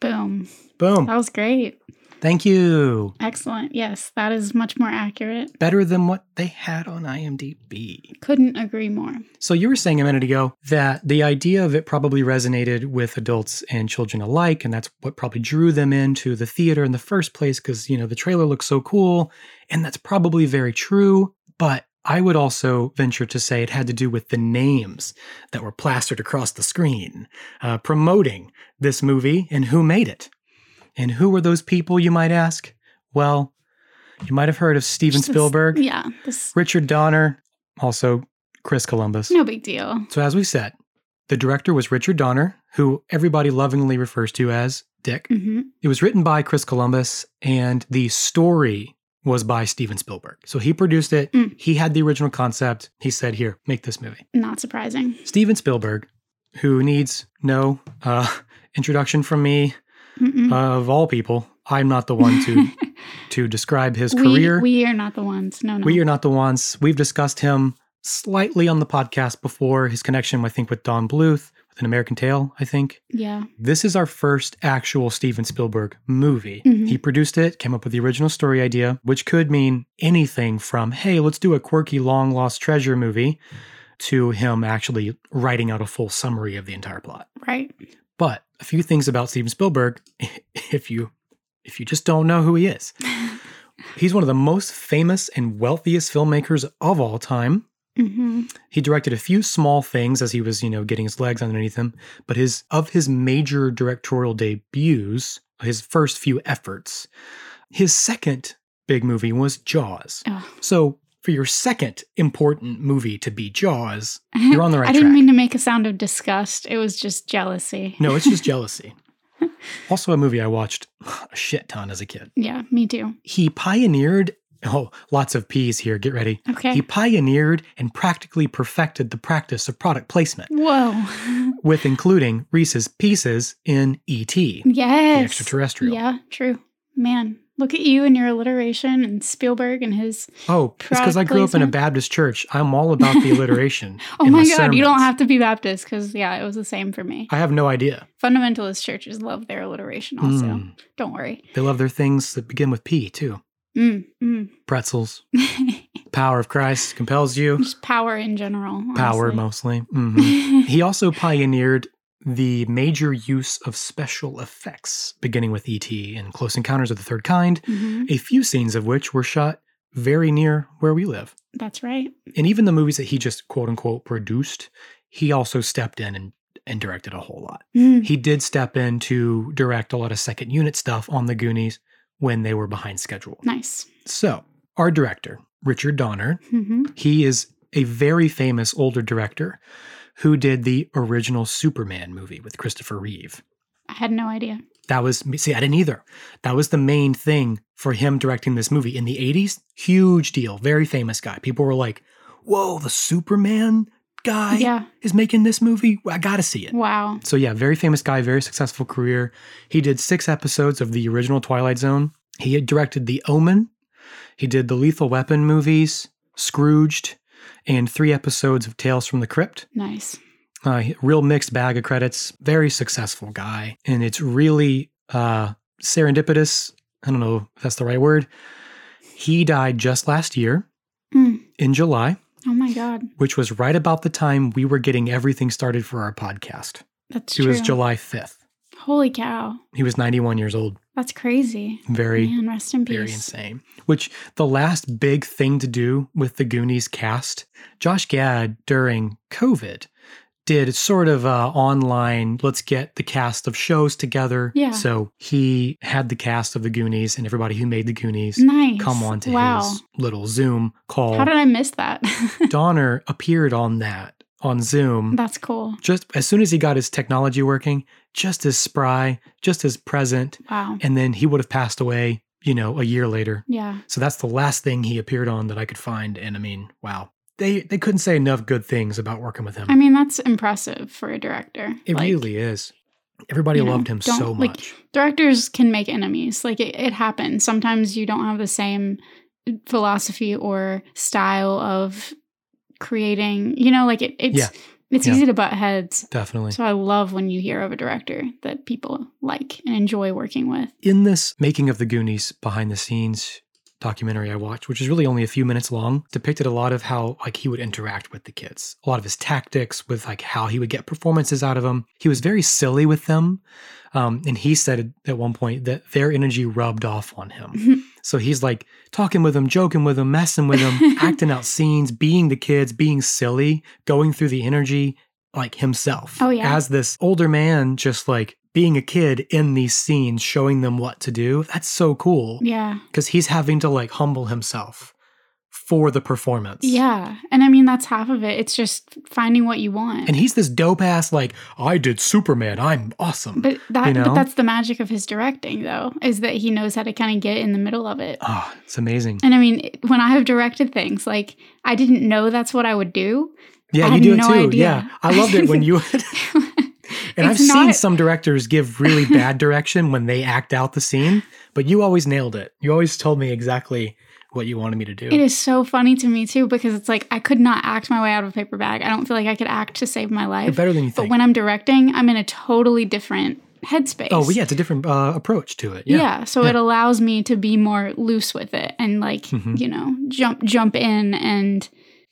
[SPEAKER 2] Boom.
[SPEAKER 1] Boom.
[SPEAKER 2] That was great.
[SPEAKER 1] Thank you.
[SPEAKER 2] Excellent. Yes, that is much more accurate.
[SPEAKER 1] Better than what they had on IMDb.
[SPEAKER 2] Couldn't agree more.
[SPEAKER 1] So you were saying a minute ago that the idea of it probably resonated with adults and children alike, and that's what probably drew them into the theater in the first place because, you know, the trailer looks so cool, and that's probably very true, but I would also venture to say it had to do with the names that were plastered across the screen uh, promoting this movie and who made it. And who were those people, you might ask? Well, you might have heard of Steven
[SPEAKER 2] Just this-
[SPEAKER 1] Spielberg,
[SPEAKER 2] Yeah. This
[SPEAKER 1] Richard Donner, also Chris Columbus.
[SPEAKER 2] no big deal.
[SPEAKER 1] So, as we said, the director was Richard Donner, who everybody lovingly refers to as Dick.
[SPEAKER 2] hmm
[SPEAKER 1] It was written by Chris Columbus, and the story was by Steven Spielberg. So, he produced it.
[SPEAKER 2] Mm.
[SPEAKER 1] He had the original concept. He said, Here, make this movie.
[SPEAKER 2] Not surprising.
[SPEAKER 1] Steven Spielberg, who needs no uh, introduction from me,
[SPEAKER 2] Mm-mm.
[SPEAKER 1] of all people, I'm not the one to, to describe his career.
[SPEAKER 2] We, we are not the ones. No, no.
[SPEAKER 1] We are not the ones. We've discussed him slightly on the podcast before, his connection, I think, with Don Bluth, with An American Tale, I think.
[SPEAKER 2] yeah.
[SPEAKER 1] This is our first actual Steven Spielberg movie.
[SPEAKER 2] Mhm.
[SPEAKER 1] He produced it, came up with the original story idea, which could mean anything from, hey, let's do a quirky long lost treasure movie, to him actually writing out a full summary of the entire plot.
[SPEAKER 2] Right.
[SPEAKER 1] But a few things about Steven Spielberg, if you if you just don't know who he is. He's one of the most famous and wealthiest filmmakers of all time.
[SPEAKER 2] hmm
[SPEAKER 1] He directed a few small things as he was, you know, getting his legs underneath him, but his of his major directorial debuts, his first few efforts, his second big movie was Jaws.
[SPEAKER 2] Oh.
[SPEAKER 1] So, for your second important movie to be Jaws, you're on the right
[SPEAKER 2] I
[SPEAKER 1] track.
[SPEAKER 2] didn't mean to make a sound of disgust. It was just jealousy.
[SPEAKER 1] no, it's just jealousy. Also a movie I watched a shit ton as a kid.
[SPEAKER 2] Yeah, me too.
[SPEAKER 1] He pioneered oh, lots of P's here, get ready.
[SPEAKER 2] Okay.
[SPEAKER 1] He pioneered and practically perfected the practice of product placement,
[SPEAKER 2] Whoa.
[SPEAKER 1] with including Reese's Pieces in E.T., the
[SPEAKER 2] yes.
[SPEAKER 1] extraterrestrial.
[SPEAKER 2] Yeah, true. Man, look at you and your alliteration and Spielberg and his.
[SPEAKER 1] Oh, it's because I
[SPEAKER 2] Product
[SPEAKER 1] grew up in a
[SPEAKER 2] placement.
[SPEAKER 1] Baptist church. I'm all about the alliteration.
[SPEAKER 2] Oh
[SPEAKER 1] in
[SPEAKER 2] my
[SPEAKER 1] the
[SPEAKER 2] God, you don't
[SPEAKER 1] sermons.
[SPEAKER 2] have to be Baptist because, yeah, it was the same for me.
[SPEAKER 1] I have no idea.
[SPEAKER 2] Fundamentalist churches love their alliteration also.
[SPEAKER 1] Mm.
[SPEAKER 2] Don't worry.
[SPEAKER 1] They love their things that begin with P, too.
[SPEAKER 2] Mm, mm.
[SPEAKER 1] Pretzels. Power of Christ compels you.
[SPEAKER 2] Just power in general.
[SPEAKER 1] Power, mostly.
[SPEAKER 2] honestly.
[SPEAKER 1] hmm he also pioneered the major use of special effects, beginning with E.T. and Close Encounters of the Third Kind.
[SPEAKER 2] Mhm.
[SPEAKER 1] a few scenes of which were shot very near where we live.
[SPEAKER 2] That's right.
[SPEAKER 1] And even the movies that he just quote unquote produced, he also stepped in and, and directed a whole lot.
[SPEAKER 2] Mm.
[SPEAKER 1] He did step in to direct a lot of second unit stuff on the Goonies when they were behind schedule.
[SPEAKER 2] Nice.
[SPEAKER 1] So, our director, Richard Donner,
[SPEAKER 2] hmm
[SPEAKER 1] he is a very famous older director who did the original Superman movie with Christopher Reeve.
[SPEAKER 2] I had no idea.
[SPEAKER 1] That was see, I didn't either. That was the main thing for him directing this movie in the 80s. Huge deal, very famous guy. People were like, "Whoa, the Superman guy
[SPEAKER 2] yeah.
[SPEAKER 1] is making this movie. I got to see it."
[SPEAKER 2] Wow.
[SPEAKER 1] So yeah, very famous guy, very successful career. He did 6 episodes of the original Twilight Zone. He had directed The Omen. He did the Lethal Weapon movies, Scrooged, and 3 episodes of Tales from the Crypt.
[SPEAKER 2] Nice.
[SPEAKER 1] Uh, real mixed bag of credits. Very successful guy, and it's really uh, serendipitous. I don't know if that's the right word. He died just last year
[SPEAKER 2] Mm.
[SPEAKER 1] in July,
[SPEAKER 2] Oh my God.
[SPEAKER 1] which was right about the time we were getting everything started for our podcast.
[SPEAKER 2] That's
[SPEAKER 1] It
[SPEAKER 2] true.
[SPEAKER 1] was July fifth.
[SPEAKER 2] Holy cow.
[SPEAKER 1] He was 91 years old.
[SPEAKER 2] That's crazy.
[SPEAKER 1] Very,
[SPEAKER 2] Man, rest in
[SPEAKER 1] very
[SPEAKER 2] peace.
[SPEAKER 1] insane. Which the last big thing to do with the Goonies cast, Josh Gad during COVID did sort of a online let's get the cast of shows together.
[SPEAKER 2] Yeah.
[SPEAKER 1] So he had the cast of the Goonies and everybody who made the Goonies
[SPEAKER 2] Nice.
[SPEAKER 1] come on to
[SPEAKER 2] wow.
[SPEAKER 1] his little Zoom call.
[SPEAKER 2] How did I miss that?
[SPEAKER 1] Donner appeared on that on Zoom.
[SPEAKER 2] That's cool.
[SPEAKER 1] Just as soon as he got his technology working, just as spry, just as present,
[SPEAKER 2] Wow.
[SPEAKER 1] and then he would have passed away, you know, a year later.
[SPEAKER 2] Yeah.
[SPEAKER 1] So that's the last thing he appeared on that I could find. And I mean, wow. They they couldn't say enough good things about working with him.
[SPEAKER 2] I mean, that's impressive for a director.
[SPEAKER 1] it
[SPEAKER 2] Like,
[SPEAKER 1] really is. Everybody
[SPEAKER 2] you know,
[SPEAKER 1] loved him
[SPEAKER 2] don't-
[SPEAKER 1] so
[SPEAKER 2] like-
[SPEAKER 1] much.
[SPEAKER 2] Directors can make enemies. Like, it, it happens. Sometimes you don't have the same philosophy or style of creating, you know, like it, it's
[SPEAKER 1] Yeah.
[SPEAKER 2] it's
[SPEAKER 1] Yeah.
[SPEAKER 2] easy to butt heads.
[SPEAKER 1] Definitely.
[SPEAKER 2] So I love when you hear of a director that people like and enjoy working with.
[SPEAKER 1] in this making of the Goonies behind the scenes documentary I watched, which is really only a few minutes long, depicted a lot of how like he would interact with the kids, a lot of his tactics with like how he would get performances out of them. He was very silly with them, um, and he said at one point that their energy rubbed off on him.
[SPEAKER 2] Mhm.
[SPEAKER 1] so he's like talking with them, joking with them, messing with them, acting out scenes, being the kids, being silly, going through the energy like himself
[SPEAKER 2] Oh, yeah.
[SPEAKER 1] as this older man just like being a kid in these scenes showing them what to do that's so cool
[SPEAKER 2] Yeah.
[SPEAKER 1] because he's having to like humble himself for the performance
[SPEAKER 2] Yeah. And I mean that's half of it. It's just finding what you want.
[SPEAKER 1] and he's this dope ass like i did superman i'm awesome
[SPEAKER 2] but that
[SPEAKER 1] you know?
[SPEAKER 2] but that's the magic of his directing though, is that he knows how to kind of get in the middle of it.
[SPEAKER 1] oh it's amazing
[SPEAKER 2] And I mean, when I have directed things, like I didn't know that's what I would do.
[SPEAKER 1] yeah
[SPEAKER 2] I
[SPEAKER 1] you
[SPEAKER 2] had
[SPEAKER 1] do it
[SPEAKER 2] no
[SPEAKER 1] too
[SPEAKER 2] idea.
[SPEAKER 1] yeah i loved it when you would and i've
[SPEAKER 2] It's
[SPEAKER 1] seen
[SPEAKER 2] not-
[SPEAKER 1] some directors give really bad direction when they act out the scene but you always nailed it you always told me exactly what you wanted me to do
[SPEAKER 2] It is so funny to me too because it's like I could not act my way out of a paper bag. I don't feel like I could act to save my
[SPEAKER 1] You're
[SPEAKER 2] life.
[SPEAKER 1] better than you
[SPEAKER 2] But
[SPEAKER 1] think
[SPEAKER 2] when I'm directing, I'm in a totally different headspace.
[SPEAKER 1] oh well, yeah it's a different uh, approach to it
[SPEAKER 2] Yeah,
[SPEAKER 1] yeah
[SPEAKER 2] so
[SPEAKER 1] Yeah.
[SPEAKER 2] it allows me to be more loose with it and like,
[SPEAKER 1] Mhm.
[SPEAKER 2] you know, jump jump in and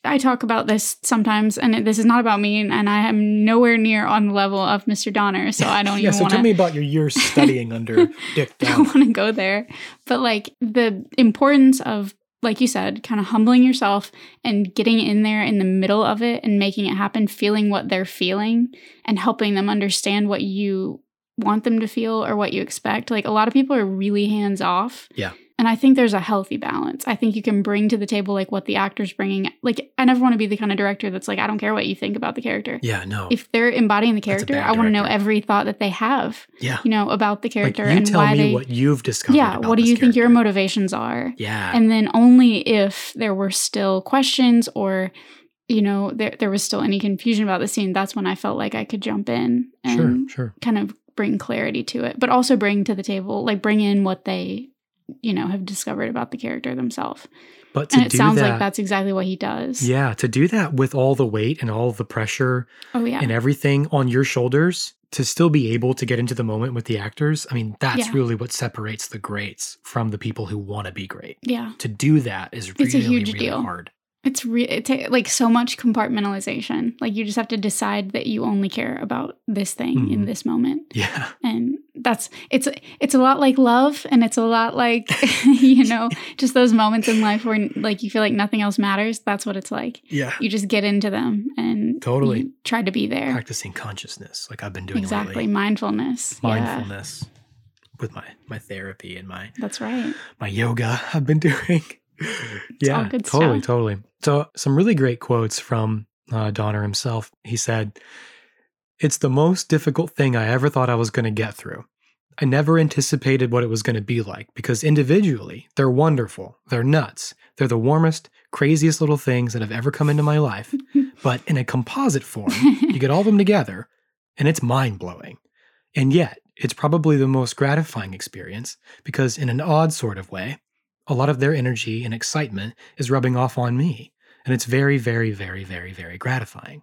[SPEAKER 2] I talk about this sometimes and it, this is not about me and, and I am nowhere near on the level of Mr. Donner, so I don't
[SPEAKER 1] yeah,
[SPEAKER 2] even
[SPEAKER 1] so
[SPEAKER 2] want
[SPEAKER 1] tell me about your year studying under Dick
[SPEAKER 2] I don't
[SPEAKER 1] Down.
[SPEAKER 2] want to go there. But like the importance of, like you said, kind of humbling yourself and getting in there in the middle of it and making it happen, feeling what they're feeling and helping them understand what you want them to feel or what you expect. Like a lot of people are really hands off.
[SPEAKER 1] Yeah.
[SPEAKER 2] And I think there's a healthy balance. I think you can bring to the table like what the actor's bringing. Like, I never want to be the kind of director that's like, I don't care what you think about the character.
[SPEAKER 1] Yeah, no.
[SPEAKER 2] If they're embodying the
[SPEAKER 1] That's a
[SPEAKER 2] character,
[SPEAKER 1] bad
[SPEAKER 2] I want to know
[SPEAKER 1] director.
[SPEAKER 2] every thought that they have,
[SPEAKER 1] yeah.
[SPEAKER 2] you know, about the
[SPEAKER 1] Like,
[SPEAKER 2] character
[SPEAKER 1] you
[SPEAKER 2] and
[SPEAKER 1] tell
[SPEAKER 2] why
[SPEAKER 1] me
[SPEAKER 2] they
[SPEAKER 1] what you've discovered.
[SPEAKER 2] yeah
[SPEAKER 1] about
[SPEAKER 2] what do
[SPEAKER 1] this
[SPEAKER 2] you think your
[SPEAKER 1] character.
[SPEAKER 2] motivations are
[SPEAKER 1] Yeah.
[SPEAKER 2] and then only if there were still questions or you know there, there was still any confusion about the scene that's when i felt like i could jump in
[SPEAKER 1] sure,
[SPEAKER 2] and
[SPEAKER 1] sure.
[SPEAKER 2] kind of bring clarity to it but also bring to the table like bring in what they you know have discovered about the character themselves
[SPEAKER 1] But to
[SPEAKER 2] and it
[SPEAKER 1] do
[SPEAKER 2] sounds
[SPEAKER 1] that,
[SPEAKER 2] like that's exactly what he does
[SPEAKER 1] yeah, to do that with all the weight and all the pressure
[SPEAKER 2] oh yeah
[SPEAKER 1] and everything on your shoulders, to still be able to get into the moment with the actors, I mean, that's
[SPEAKER 2] Yeah.
[SPEAKER 1] really what separates the greats from the people who want to be great.
[SPEAKER 2] yeah
[SPEAKER 1] To do that is really,
[SPEAKER 2] It's a huge
[SPEAKER 1] really
[SPEAKER 2] deal.
[SPEAKER 1] hard.
[SPEAKER 2] it's re- it ta- like so much compartmentalization like you just have to decide that you only care about this thing in
[SPEAKER 1] Mhm.
[SPEAKER 2] this moment
[SPEAKER 1] Yeah.
[SPEAKER 2] and that's it's it's a lot like love and it's a lot like you know just those moments in life where like you feel like nothing else matters that's what it's like
[SPEAKER 1] Yeah.
[SPEAKER 2] you just get into them and
[SPEAKER 1] Totally.
[SPEAKER 2] you try to be there
[SPEAKER 1] Practicing consciousness, like I've been doing
[SPEAKER 2] exactly
[SPEAKER 1] lately.
[SPEAKER 2] mindfulness yeah
[SPEAKER 1] Mindfulness with my my therapy and my
[SPEAKER 2] that's right
[SPEAKER 1] my yoga I've been doing. yeah,
[SPEAKER 2] all good
[SPEAKER 1] totally,
[SPEAKER 2] stuff.
[SPEAKER 1] totally. So some really great quotes from uh, Donner himself. He said, "It's the most difficult thing I ever thought I was going to get through. I never anticipated what it was going to be like because individually they're wonderful, they're nuts, they're the warmest, craziest little things that have ever come into my life. But in a composite form, you get all of them together, and it's mind blowing. And yet, it's probably the most gratifying experience because, in an odd sort of way, a lot of their energy and excitement is rubbing off on me. And it's very, very, very, very, very gratifying.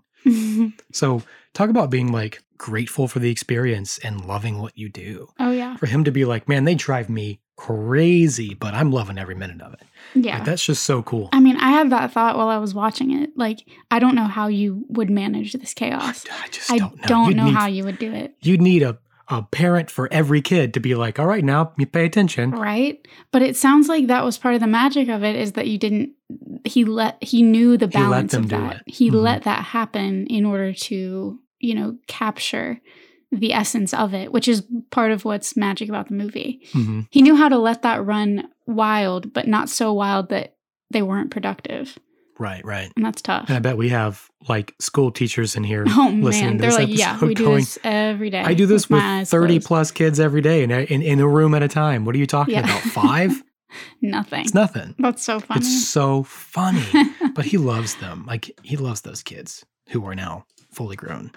[SPEAKER 1] So, talk about being like grateful for the experience and loving what you do.
[SPEAKER 2] oh yeah
[SPEAKER 1] For him to be like, man, they drive me crazy, but I'm loving every minute of it.
[SPEAKER 2] yeah
[SPEAKER 1] Like, that's just so cool.
[SPEAKER 2] i mean i had that thought while i was watching it like i don't know how you would manage this chaos
[SPEAKER 1] I just
[SPEAKER 2] i
[SPEAKER 1] don't know.
[SPEAKER 2] don't
[SPEAKER 1] You'd
[SPEAKER 2] know
[SPEAKER 1] need
[SPEAKER 2] how you would do it
[SPEAKER 1] you'd need a, a parent for every kid to be like, all right, now you pay attention.
[SPEAKER 2] right but it sounds like that was part of the magic of it is that you didn't he let he knew the
[SPEAKER 1] He let
[SPEAKER 2] balance
[SPEAKER 1] them
[SPEAKER 2] of
[SPEAKER 1] do
[SPEAKER 2] that
[SPEAKER 1] it.
[SPEAKER 2] he
[SPEAKER 1] Mhm.
[SPEAKER 2] let that happen in order to you know capture the essence of it which is part of what's magic about the movie
[SPEAKER 1] Mhm.
[SPEAKER 2] he knew how to let that run wild but not so wild that they weren't productive
[SPEAKER 1] Right, right.
[SPEAKER 2] and that's tough
[SPEAKER 1] And I bet we have like school teachers in here.
[SPEAKER 2] oh
[SPEAKER 1] listening
[SPEAKER 2] man
[SPEAKER 1] to
[SPEAKER 2] they're
[SPEAKER 1] this
[SPEAKER 2] like yeah
[SPEAKER 1] episode
[SPEAKER 2] we do
[SPEAKER 1] going,
[SPEAKER 2] this every day
[SPEAKER 1] I do this
[SPEAKER 2] my
[SPEAKER 1] with
[SPEAKER 2] eyes
[SPEAKER 1] 30
[SPEAKER 2] closed."
[SPEAKER 1] plus kids every day in, a- in, in a room at a time. What are you talking
[SPEAKER 2] Yeah.
[SPEAKER 1] about? Five?
[SPEAKER 2] nothing
[SPEAKER 1] it's nothing.
[SPEAKER 2] that's so funny
[SPEAKER 1] It's so funny. but he loves them. Like, he loves those kids who are now fully grown.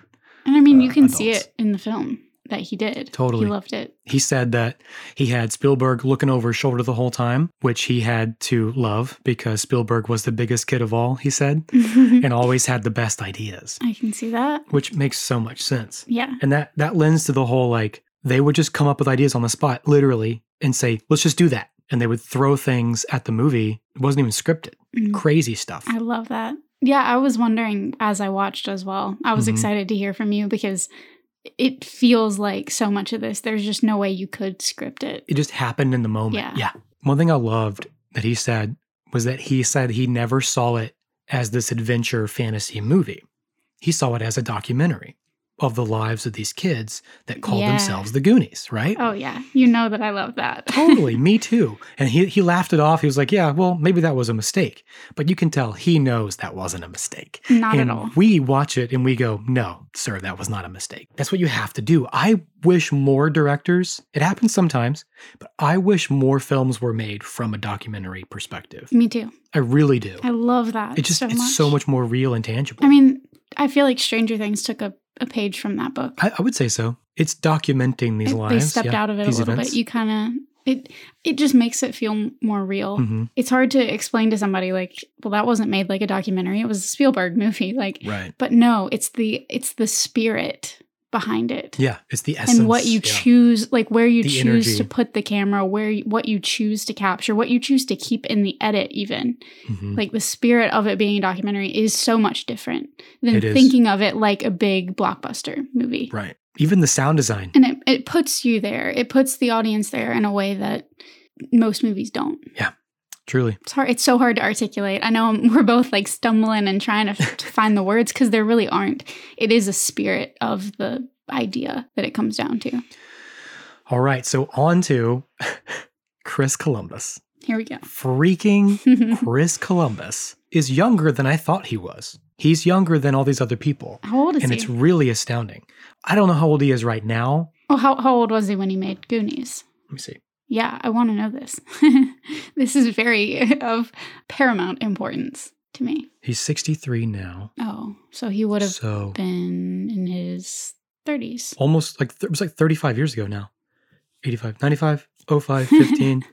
[SPEAKER 2] and i mean
[SPEAKER 1] uh,
[SPEAKER 2] you can see
[SPEAKER 1] adults.
[SPEAKER 2] it in the film that he did.
[SPEAKER 1] Totally.
[SPEAKER 2] He loved it.
[SPEAKER 1] He said that he had Spielberg looking over his shoulder the whole time, which he had to love because Spielberg was the biggest kid of all, he said, and always had the best ideas,
[SPEAKER 2] I can see that.
[SPEAKER 1] which makes so much sense.
[SPEAKER 2] Yeah.
[SPEAKER 1] And that that lends to the whole like they would just come up with ideas on the spot literally and say, "Let's just do that." And they would throw things at the movie. It wasn't even scripted.
[SPEAKER 2] Mm.
[SPEAKER 1] Crazy stuff.
[SPEAKER 2] I love that. Yeah, I was wondering as I watched as well. I was
[SPEAKER 1] Mhm.
[SPEAKER 2] excited to hear from you because it feels like so much of this, there's just no way you could script it.
[SPEAKER 1] it just happened in the moment.
[SPEAKER 2] Yeah.
[SPEAKER 1] One thing I loved that he said was that he said he never saw it as this adventure fantasy movie. He saw it as a documentary of the lives of these kids that called
[SPEAKER 2] Yeah.
[SPEAKER 1] themselves the Goonies, right?
[SPEAKER 2] Oh, yeah. You know that I love that.
[SPEAKER 1] totally. Me too. And he, he laughed it off. He was like, yeah, well, maybe that was a mistake. But you can tell he knows that wasn't a mistake.
[SPEAKER 2] Not
[SPEAKER 1] and
[SPEAKER 2] at all.
[SPEAKER 1] we watch it and we go, no, sir, that was not a mistake. That's what you have to do. I wish more directors, it happens sometimes, but I wish more films were made from a documentary perspective.
[SPEAKER 2] Me too.
[SPEAKER 1] I really do.
[SPEAKER 2] Mm. I love that.
[SPEAKER 1] It just,
[SPEAKER 2] so
[SPEAKER 1] it's
[SPEAKER 2] much.
[SPEAKER 1] so much more real and tangible.
[SPEAKER 2] I mean, I feel like Stranger Things took a, a page from that book.
[SPEAKER 1] I, I would say so. It's documenting these
[SPEAKER 2] It-
[SPEAKER 1] lives.
[SPEAKER 2] they stepped
[SPEAKER 1] yeah,
[SPEAKER 2] out of it a
[SPEAKER 1] these
[SPEAKER 2] little
[SPEAKER 1] events.
[SPEAKER 2] bit. You kind of it it just makes it feel m- more real.
[SPEAKER 1] Mhm.
[SPEAKER 2] It's hard to explain to somebody like, well, that wasn't made like a documentary. It was a Spielberg movie. Like,
[SPEAKER 1] Right.
[SPEAKER 2] but no, it's the it's the spirit behind it.
[SPEAKER 1] Yeah. It's the essence.
[SPEAKER 2] And what you
[SPEAKER 1] yeah.
[SPEAKER 2] choose, like where you
[SPEAKER 1] The
[SPEAKER 2] choose
[SPEAKER 1] energy.
[SPEAKER 2] to put the camera, where you, what you choose to capture, what you choose to keep in the edit, even
[SPEAKER 1] Mhm.
[SPEAKER 2] like the spirit of it being a documentary is so much different than
[SPEAKER 1] It is.
[SPEAKER 2] thinking of it like a big blockbuster movie.
[SPEAKER 1] Right. Even the sound design.
[SPEAKER 2] And it, it puts you there. It puts the audience there in a way that most movies don't.
[SPEAKER 1] Truly.
[SPEAKER 2] It's hard. It's so hard to articulate. I know we're both like stumbling and trying to, to find the words because there really aren't. It is a spirit of the idea that it comes down to.
[SPEAKER 1] All right. So on to Chris Columbus.
[SPEAKER 2] Here we go.
[SPEAKER 1] Freaking Chris Columbus is younger than I thought he was. He's younger than all these other people.
[SPEAKER 2] how old is
[SPEAKER 1] And
[SPEAKER 2] he?
[SPEAKER 1] it's really astounding. I don't know how old he is right now.
[SPEAKER 2] oh, how, how old was he when he made Goonies?
[SPEAKER 1] Let me see.
[SPEAKER 2] Yeah, I want to know this. this is very of paramount importance to me.
[SPEAKER 1] He's 63 now.
[SPEAKER 2] Oh, so he would have
[SPEAKER 1] So
[SPEAKER 2] been in his 30s.
[SPEAKER 1] almost like it was like 35 years ago now. 85, 95, 05, 15.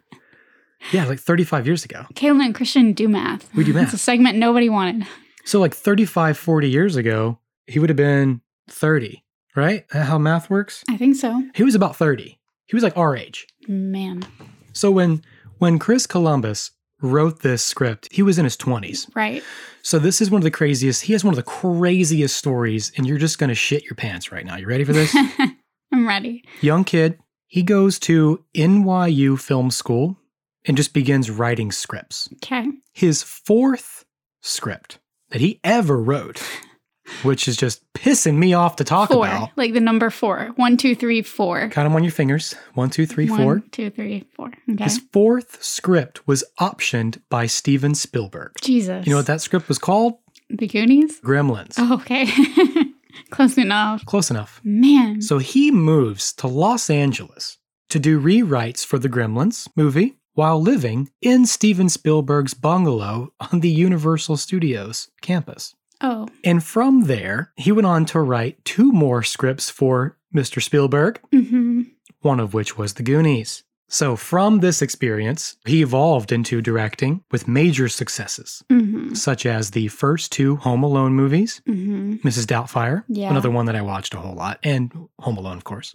[SPEAKER 1] yeah, like 35 years ago.
[SPEAKER 2] Kayla and Christian do math.
[SPEAKER 1] We do
[SPEAKER 2] It's a segment nobody wanted.
[SPEAKER 1] So like 35, 40 years ago, he would have been 30, right? That How math works?
[SPEAKER 2] I think so.
[SPEAKER 1] He was about 30. He was like our age.
[SPEAKER 2] Man,
[SPEAKER 1] So when when Chris Columbus wrote this script, he was in his 20s.
[SPEAKER 2] right?
[SPEAKER 1] So this is one of the craziest. He has one of the craziest stories and you're just going to shit your pants right now. You ready for this?
[SPEAKER 2] I'm ready.
[SPEAKER 1] Young kid, he goes to NYU Film School and just begins writing scripts.
[SPEAKER 2] Okay.
[SPEAKER 1] His fourth script that he ever wrote, which is just pissing me off to talk
[SPEAKER 2] four,
[SPEAKER 1] about.
[SPEAKER 2] like the number four. One, two, three, four.
[SPEAKER 1] Count them on your fingers. One, two, three, four.
[SPEAKER 2] One, two, three, four. Okay.
[SPEAKER 1] His fourth script was optioned by Steven Spielberg.
[SPEAKER 2] Jesus.
[SPEAKER 1] You know what that script was called?
[SPEAKER 2] The Goonies?
[SPEAKER 1] Gremlins.
[SPEAKER 2] Oh, Mm-hmm. okay. Close enough.
[SPEAKER 1] Close enough.
[SPEAKER 2] Man.
[SPEAKER 1] So he moves to Los Angeles to do rewrites for the Gremlins movie while living in Steven Spielberg's bungalow on the Universal Studios campus.
[SPEAKER 2] oh,
[SPEAKER 1] And from there, he went on to write two more scripts for Mr. Spielberg,
[SPEAKER 2] hmm
[SPEAKER 1] one of which was The Goonies. So from this experience, he evolved into directing with major successes,
[SPEAKER 2] hmm
[SPEAKER 1] such as the first two Home Alone movies,
[SPEAKER 2] hmm
[SPEAKER 1] Mrs. Doubtfire,
[SPEAKER 2] Yeah.
[SPEAKER 1] another one that I watched a whole lot, and Home Alone, of course.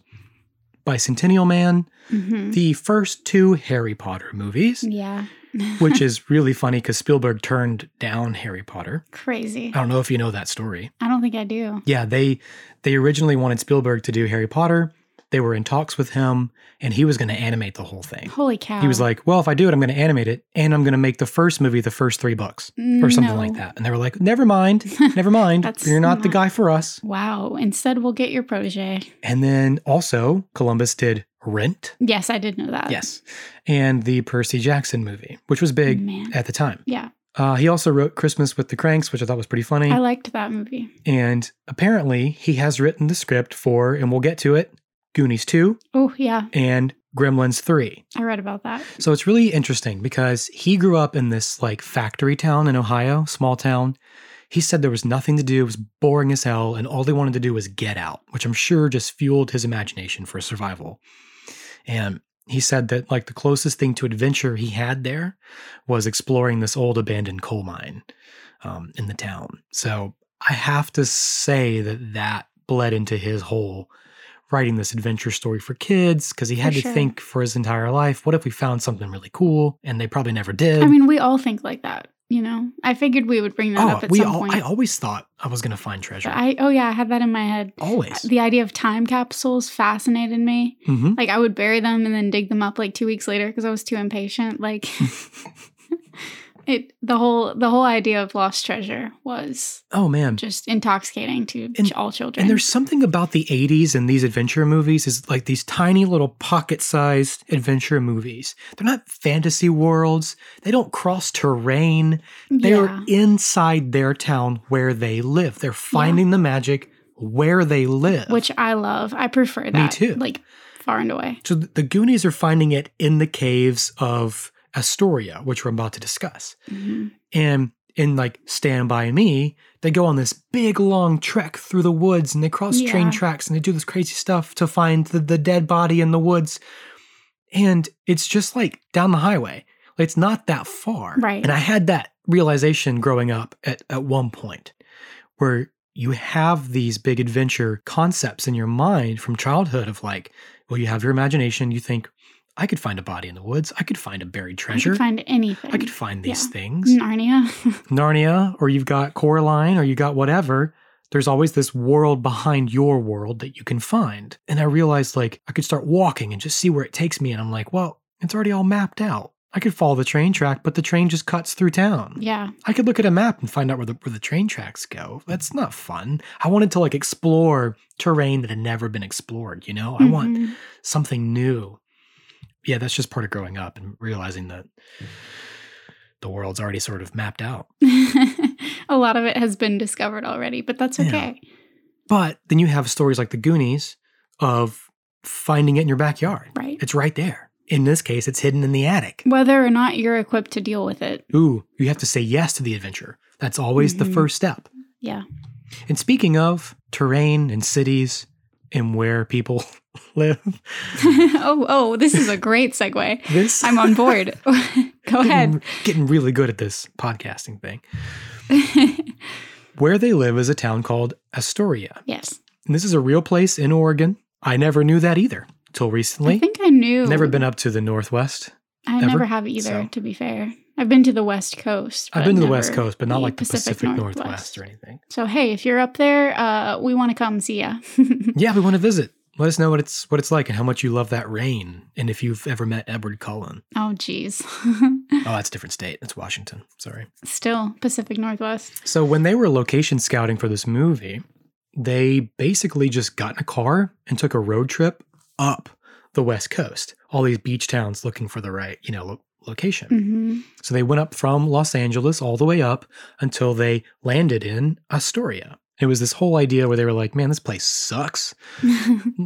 [SPEAKER 1] Bicentennial Man,
[SPEAKER 2] hmm
[SPEAKER 1] the first two Harry Potter movies,
[SPEAKER 2] Yeah.
[SPEAKER 1] which is really funny because Spielberg turned down Harry Potter.
[SPEAKER 2] Crazy.
[SPEAKER 1] I don't know if you know that story.
[SPEAKER 2] I don't think I do.
[SPEAKER 1] Yeah, they they originally wanted Spielberg to do Harry Potter. They were in talks with him, and he was going to animate the whole thing.
[SPEAKER 2] Holy cow.
[SPEAKER 1] He was like, "Well, if I do it, I'm going to animate it, and I'm going to make the first movie the first three books, or something like
[SPEAKER 2] Mm, No.
[SPEAKER 1] that." And they were like, "Never mind, never mind.
[SPEAKER 2] That's
[SPEAKER 1] You're not the
[SPEAKER 2] not-
[SPEAKER 1] guy for us."
[SPEAKER 2] Wow. Instead, we'll get your protege.
[SPEAKER 1] And then also, Columbus did Rent.
[SPEAKER 2] Yes, I did know that.
[SPEAKER 1] Yes. And the Percy Jackson movie, which was big
[SPEAKER 2] Man.
[SPEAKER 1] at the time.
[SPEAKER 2] Yeah.
[SPEAKER 1] Uh, he also wrote Christmas with the Cranks, which I thought was pretty funny.
[SPEAKER 2] I liked that movie.
[SPEAKER 1] and apparently, he has written the script for, and we'll get to it, Goonies 2
[SPEAKER 2] Oh, yeah.
[SPEAKER 1] and Gremlins 3.
[SPEAKER 2] I read about that.
[SPEAKER 1] So it's really interesting because he grew up in this like factory town in Ohio, small town. He said there was nothing to do, it was boring as hell, and all they wanted to do was get out, which I'm sure just fueled his imagination for survival. And he said that like the closest thing to adventure he had there was exploring this old abandoned coal mine um, in the town. So I have to say that that bled into his whole writing this adventure story for kids because he had
[SPEAKER 2] For
[SPEAKER 1] to
[SPEAKER 2] sure.
[SPEAKER 1] think for his entire life what if we found something really cool and they probably never did Oh,
[SPEAKER 2] I mean, we all think like that, you know? I figured we would bring that up at
[SPEAKER 1] we
[SPEAKER 2] some
[SPEAKER 1] all,
[SPEAKER 2] point.
[SPEAKER 1] I always thought I was going to find treasure.
[SPEAKER 2] But I, oh, yeah, I had that in my head.
[SPEAKER 1] always.
[SPEAKER 2] The idea of time capsules fascinated me.
[SPEAKER 1] hmm
[SPEAKER 2] Like, I would bury them and then dig them up like two weeks later because I was too impatient. Like,
[SPEAKER 1] Mm-hmm.
[SPEAKER 2] it the whole the whole idea of lost treasure was
[SPEAKER 1] oh man.
[SPEAKER 2] just intoxicating to
[SPEAKER 1] And-
[SPEAKER 2] ch- all children.
[SPEAKER 1] And there's something about the 80s and these adventure movies is like these tiny little pocket-sized adventure movies. They're not fantasy worlds. They don't cross terrain. They're
[SPEAKER 2] yeah,
[SPEAKER 1] inside their town where they live. They're finding the magic where they live.
[SPEAKER 2] which I love. I prefer that.
[SPEAKER 1] uh, too.
[SPEAKER 2] Like far and away.
[SPEAKER 1] So th- the Goonies are finding it in the caves of Astoria, which we're about to discuss.
[SPEAKER 2] Mhm.
[SPEAKER 1] and in like Stand By Me, they go on this big long trek through the woods and they cross train
[SPEAKER 2] Yeah.
[SPEAKER 1] tracks and they do this crazy stuff to find the, the dead body in the woods. And it's just like down the highway. Like, It's not that far.
[SPEAKER 2] Right.
[SPEAKER 1] And I had that realization growing up at, at one point where you have these big adventure concepts in your mind from childhood of like, well, you have your imagination, you think, I could find a body in the woods, I could find a buried
[SPEAKER 2] I
[SPEAKER 1] treasure.
[SPEAKER 2] could find anything.
[SPEAKER 1] I could find these
[SPEAKER 2] Yeah.
[SPEAKER 1] things.
[SPEAKER 2] Narnia.
[SPEAKER 1] Narnia or you've got Coraline or you got whatever, there's always this world behind your world that you can find. And I realized like I could start walking and just see where it takes me. And I'm like, well, it's already all mapped out. I could follow the train track, but the train just cuts through town.
[SPEAKER 2] yeah.
[SPEAKER 1] I could look at a map and find out where the where the train tracks go. That's not fun. I wanted to like explore terrain that had never been explored, you know? I want
[SPEAKER 2] Mhm.
[SPEAKER 1] something new. Yeah, that's just part of growing up and realizing that the world's already sort of mapped out.
[SPEAKER 2] Mm-hmm. a lot of it has been discovered already, but that's
[SPEAKER 1] Yeah.
[SPEAKER 2] okay.
[SPEAKER 1] But then you have stories like the Goonies of finding it in your backyard.
[SPEAKER 2] Right.
[SPEAKER 1] It's right there. In this case, it's hidden in the attic.
[SPEAKER 2] Whether or not you're equipped to deal with it.
[SPEAKER 1] Ooh, you have to say yes to the adventure. That's always the
[SPEAKER 2] Mhm.
[SPEAKER 1] first step.
[SPEAKER 2] Yeah.
[SPEAKER 1] And speaking of terrain and cities and where people live,
[SPEAKER 2] oh, oh, this is a great segue.
[SPEAKER 1] this
[SPEAKER 2] I'm on board. Go ahead.
[SPEAKER 1] getting, getting really good at this podcasting thing. Where they live is a town called Astoria.
[SPEAKER 2] yes.
[SPEAKER 1] And this is a real place in Oregon. I never knew that either till
[SPEAKER 2] I
[SPEAKER 1] recently.
[SPEAKER 2] think I knew.
[SPEAKER 1] Never been up to the Northwest.
[SPEAKER 2] I
[SPEAKER 1] ever,
[SPEAKER 2] never have either,
[SPEAKER 1] so.
[SPEAKER 2] to be fair. I've been to the West Coast.
[SPEAKER 1] I've
[SPEAKER 2] but
[SPEAKER 1] been to the
[SPEAKER 2] never
[SPEAKER 1] West Coast, but not like the Pacific, Northwest. or anything.
[SPEAKER 2] So, hey, if you're up there, uh, we want to come see ya.
[SPEAKER 1] Yeah, we want to visit. Let us know what it's what it's like and how much you love that rain. And if you've ever met Edward Cullen.
[SPEAKER 2] oh, geez.
[SPEAKER 1] Oh, that's a different state. That's Washington. Sorry.
[SPEAKER 2] Still, Pacific Northwest.
[SPEAKER 1] So when they were location scouting for this movie, they basically just got in a car and took a road trip up the West Coast, all these beach towns looking for the right, you know, lo- location.
[SPEAKER 2] hmm
[SPEAKER 1] So they went up from Los Angeles all the way up until they landed in Astoria. It was this whole idea where they were like, man, this place sucks.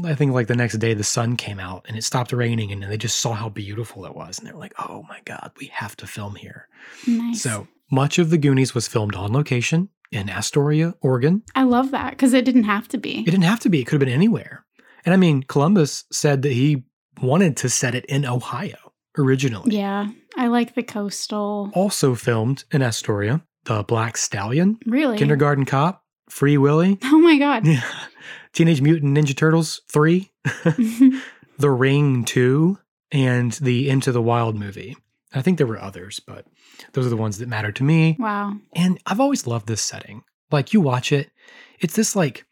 [SPEAKER 1] I think like the next day the sun came out and it stopped raining and they just saw how beautiful it was. And they were like, oh my God, we have to film here.
[SPEAKER 2] nice.
[SPEAKER 1] So much of the Goonies was filmed on location in Astoria, Oregon.
[SPEAKER 2] I love that because it didn't have to be.
[SPEAKER 1] It didn't have to be, it could have been anywhere. And I mean, Columbus said that he wanted to set it in Ohio originally.
[SPEAKER 2] yeah. I like the coastal.
[SPEAKER 1] Also filmed in Astoria, The Black Stallion,
[SPEAKER 2] Really?
[SPEAKER 1] Kindergarten Cop, Free Willy,
[SPEAKER 2] Oh, my God.
[SPEAKER 1] yeah. Teenage Mutant Ninja Turtles 3, The Ring 2, and the Into the Wild movie. I think there were others, but those are the ones that matter to me.
[SPEAKER 2] wow.
[SPEAKER 1] And I've always loved this setting. Like you watch it, it's this like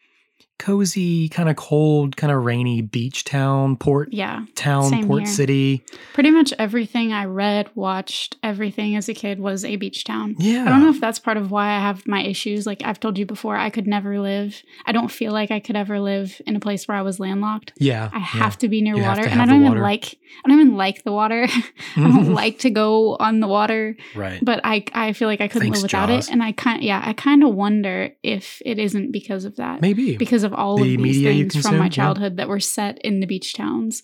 [SPEAKER 1] cozy, kind of cold, kind of rainy beach town, port
[SPEAKER 2] Yeah.
[SPEAKER 1] town,
[SPEAKER 2] Same
[SPEAKER 1] port
[SPEAKER 2] here.
[SPEAKER 1] city.
[SPEAKER 2] Pretty much everything I read, watched, everything as a kid was a beach town.
[SPEAKER 1] Yeah.
[SPEAKER 2] I don't know if that's part of why I have my issues. Like I've told you before, I could never live. I don't feel like I could ever live in a place where I was landlocked.
[SPEAKER 1] yeah.
[SPEAKER 2] I have to be near
[SPEAKER 1] You have
[SPEAKER 2] water,
[SPEAKER 1] to
[SPEAKER 2] and I
[SPEAKER 1] have the
[SPEAKER 2] don't even
[SPEAKER 1] water.
[SPEAKER 2] like. I don't even like the water. I don't like to go on the water,
[SPEAKER 1] Right.
[SPEAKER 2] but I I feel like I couldn't
[SPEAKER 1] Thanks,
[SPEAKER 2] live without
[SPEAKER 1] Jaws.
[SPEAKER 2] it. And I kind yeah, I kind of wonder if it isn't because of that,
[SPEAKER 1] Maybe.
[SPEAKER 2] because of all
[SPEAKER 1] The
[SPEAKER 2] of these
[SPEAKER 1] media you
[SPEAKER 2] things from
[SPEAKER 1] consume,
[SPEAKER 2] my
[SPEAKER 1] yeah.
[SPEAKER 2] childhood that were set in the beach towns,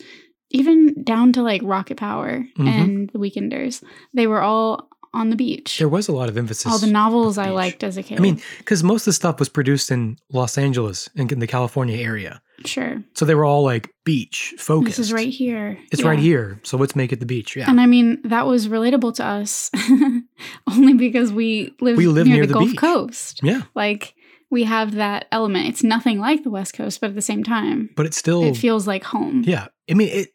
[SPEAKER 2] even down to like Rocket Power
[SPEAKER 1] Mhm.
[SPEAKER 2] and The Weekenders. They were all on the beach.
[SPEAKER 1] There was a lot of emphasis.
[SPEAKER 2] All the novels
[SPEAKER 1] on the
[SPEAKER 2] I
[SPEAKER 1] beach.
[SPEAKER 2] liked as a kid.
[SPEAKER 1] I mean, because most of the stuff was produced in Los Angeles and in the California area.
[SPEAKER 2] sure.
[SPEAKER 1] So they were all like beach focused.
[SPEAKER 2] This is right here.
[SPEAKER 1] It's
[SPEAKER 2] Yeah.
[SPEAKER 1] right here. So let's make it the beach. Yeah.
[SPEAKER 2] And I mean, that was relatable to us only because we live,
[SPEAKER 1] We live
[SPEAKER 2] near,
[SPEAKER 1] near
[SPEAKER 2] the,
[SPEAKER 1] the
[SPEAKER 2] Gulf
[SPEAKER 1] beach.
[SPEAKER 2] Coast.
[SPEAKER 1] yeah.
[SPEAKER 2] Like, we have that element. It's nothing like the West Coast, but at the same time,
[SPEAKER 1] But it's still
[SPEAKER 2] it feels like home.
[SPEAKER 1] Oh. Yeah. I mean it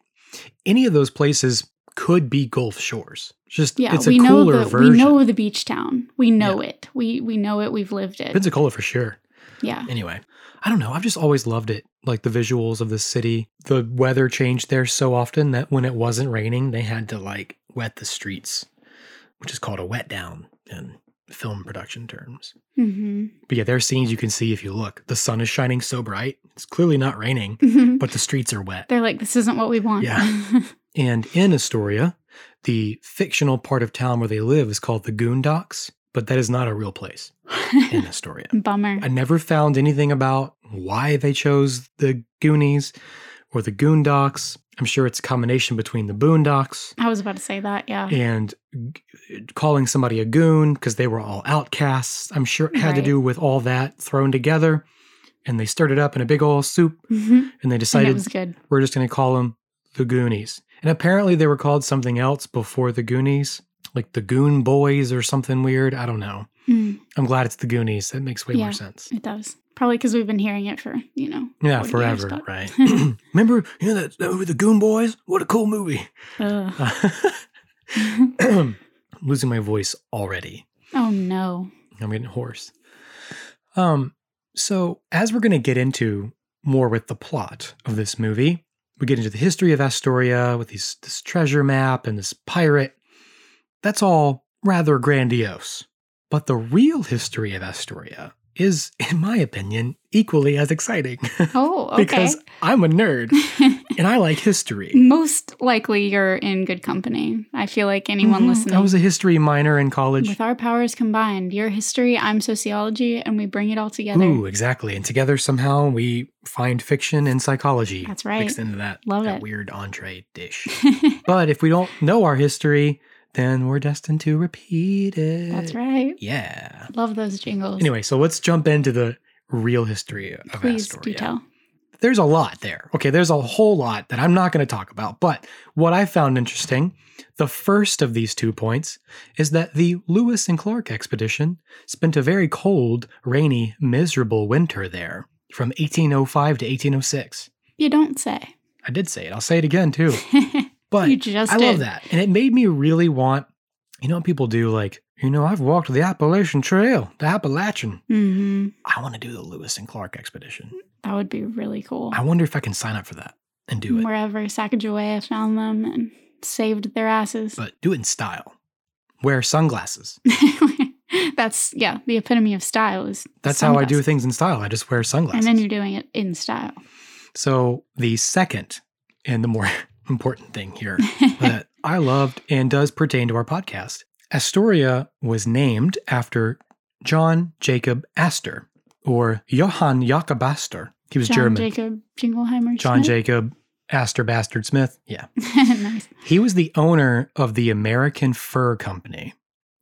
[SPEAKER 1] any of those places could be Gulf Shores. Just
[SPEAKER 2] Yeah,
[SPEAKER 1] it's a
[SPEAKER 2] we know
[SPEAKER 1] cooler
[SPEAKER 2] the
[SPEAKER 1] version.
[SPEAKER 2] we know the beach town. We know it. We we know it. We've lived it.
[SPEAKER 1] Pensacola for sure.
[SPEAKER 2] yeah,
[SPEAKER 1] Anyway, I don't know. I've just always loved it. Like the visuals of the city. The weather changed there so often that when it wasn't raining, they had to like wet the streets, which is called a wet down in film production terms.
[SPEAKER 2] mm-hmm.
[SPEAKER 1] But yeah, there are scenes you can see if you look. The sun is shining so bright. It's clearly not raining, but the streets are wet.
[SPEAKER 2] they're like, this isn't what we want.
[SPEAKER 1] Yeah. And in Astoria, the fictional part of town where they live is called the Goondocks, but that is not a real place in Astoria.
[SPEAKER 2] Bummer.
[SPEAKER 1] I never found anything about why they chose the Goonies or the Goondocks. I'm sure it's a combination between the Boondocks
[SPEAKER 2] I was about to say that. Yeah.
[SPEAKER 1] and g- calling somebody a goon because they were all outcasts. I'm sure it had to
[SPEAKER 2] Right.
[SPEAKER 1] do with all that thrown together. And they stirred it up in a big old soup
[SPEAKER 2] hmm
[SPEAKER 1] and they
[SPEAKER 2] And
[SPEAKER 1] decided
[SPEAKER 2] it was good.
[SPEAKER 1] we're just going to call them the Goonies. And apparently they were called something else before the Goonies, like the Goon Boys or something weird. I don't know.
[SPEAKER 2] Mm,
[SPEAKER 1] I'm glad it's the Goonies. That makes way
[SPEAKER 2] Yeah.
[SPEAKER 1] more sense.
[SPEAKER 2] it does probably because we've been hearing it for you know.
[SPEAKER 1] Yeah,
[SPEAKER 2] 40 years,
[SPEAKER 1] forever,
[SPEAKER 2] but-
[SPEAKER 1] right? Remember, you know that, that movie, The Goon Boys? What a cool movie!
[SPEAKER 2] Ugh.
[SPEAKER 1] Losing my voice already.
[SPEAKER 2] oh no.
[SPEAKER 1] I'm getting hoarse. Um, so as we're going to get into more with the plot of this movie, we get into the history of Astoria with these this treasure map and this pirate. That's all rather grandiose. But the real history of Astoria is, in my opinion, equally as exciting
[SPEAKER 2] Oh, okay.
[SPEAKER 1] because I'm a nerd and I like history.
[SPEAKER 2] Most likely, you're in good company. I feel like anyone
[SPEAKER 1] Mhm.
[SPEAKER 2] listening.
[SPEAKER 1] I was a history minor in college.
[SPEAKER 2] with our powers combined, your history, I'm sociology, and we bring it all together.
[SPEAKER 1] Ooh, exactly. And together somehow we find fiction and psychology.
[SPEAKER 2] That's right.
[SPEAKER 1] Mixed into that,
[SPEAKER 2] Love
[SPEAKER 1] that
[SPEAKER 2] it.
[SPEAKER 1] weird entree dish. but if we don't know our history, then we're destined to repeat it.
[SPEAKER 2] That's right.
[SPEAKER 1] Yeah.
[SPEAKER 2] Love those jingles.
[SPEAKER 1] Anyway, so let's jump into the real history of
[SPEAKER 2] please
[SPEAKER 1] Astoria.
[SPEAKER 2] do tell.
[SPEAKER 1] There's a lot there. Okay, there's a whole lot that I'm not going to talk about. But what I found interesting, the first of these two points is that the Lewis and Clark expedition spent a very cold, rainy, miserable winter there from 1805 to 1806.
[SPEAKER 2] You don't say.
[SPEAKER 1] I did say it. I'll say it again too. But
[SPEAKER 2] you just
[SPEAKER 1] I
[SPEAKER 2] did.
[SPEAKER 1] love that. And it made me really want, you know, what people do like, you know, I've walked the Appalachian Trail, the Appalachian.
[SPEAKER 2] hmm
[SPEAKER 1] I want to do the Lewis and Clark expedition.
[SPEAKER 2] That would be really cool.
[SPEAKER 1] I wonder if I can sign up for that and do it,
[SPEAKER 2] Wherever Sacagawea found them and saved their asses.
[SPEAKER 1] but do it in style. Wear sunglasses.
[SPEAKER 2] That's yeah, the epitome of style is.
[SPEAKER 1] That's how I do things in style. I just wear
[SPEAKER 2] And
[SPEAKER 1] sunglasses.
[SPEAKER 2] then you're doing it in style.
[SPEAKER 1] so the second and the more important thing here that I loved and does pertain to our podcast. Astoria was named after John Jacob Astor or Johann Jakob Astor. He was
[SPEAKER 2] John
[SPEAKER 1] German.
[SPEAKER 2] Jacob Jingleheimer.
[SPEAKER 1] John
[SPEAKER 2] Smith?
[SPEAKER 1] Jacob Astor Bastard Smith. Yeah.
[SPEAKER 2] nice.
[SPEAKER 1] He was the owner of the American Fur Company,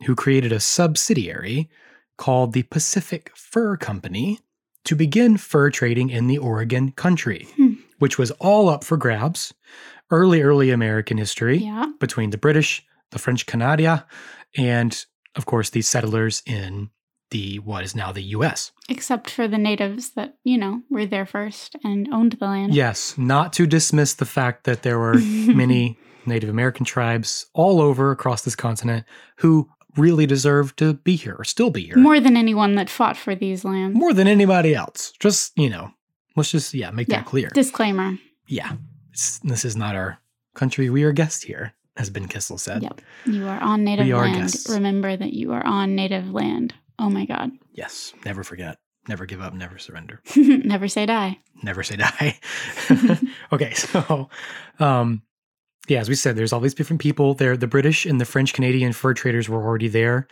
[SPEAKER 1] who created a subsidiary called the Pacific Fur Company to begin fur trading in the Oregon country,
[SPEAKER 2] Hmm.
[SPEAKER 1] which was all up for grabs. Early, early American history
[SPEAKER 2] Yeah.
[SPEAKER 1] between the British, the French Canada, and of course the settlers in the what is now the US.
[SPEAKER 2] Except for the natives that, you know, were there first and Mhm. owned the land.
[SPEAKER 1] Yes, not to dismiss the fact that there were many Native American tribes all over across this continent who really deserve to be here or still be here more,
[SPEAKER 2] More than anyone that fought for these lands.
[SPEAKER 1] than anybody else. Just, you know, let's just, yeah, make
[SPEAKER 2] Yeah.
[SPEAKER 1] that clear.
[SPEAKER 2] Disclaimer.
[SPEAKER 1] yeah, it's, this is not our country. We are guests here, as Ben Kissel said.
[SPEAKER 2] Yep. You are on native
[SPEAKER 1] We are
[SPEAKER 2] land.
[SPEAKER 1] guests.
[SPEAKER 2] Remember that you are on native land. Oh my God.
[SPEAKER 1] Yes, never forget, never give up, never surrender,
[SPEAKER 2] Never say die.
[SPEAKER 1] never say die. okay, so, um, yeah, as we said, there's all these different people there. The British and the French Canadian fur traders were already there.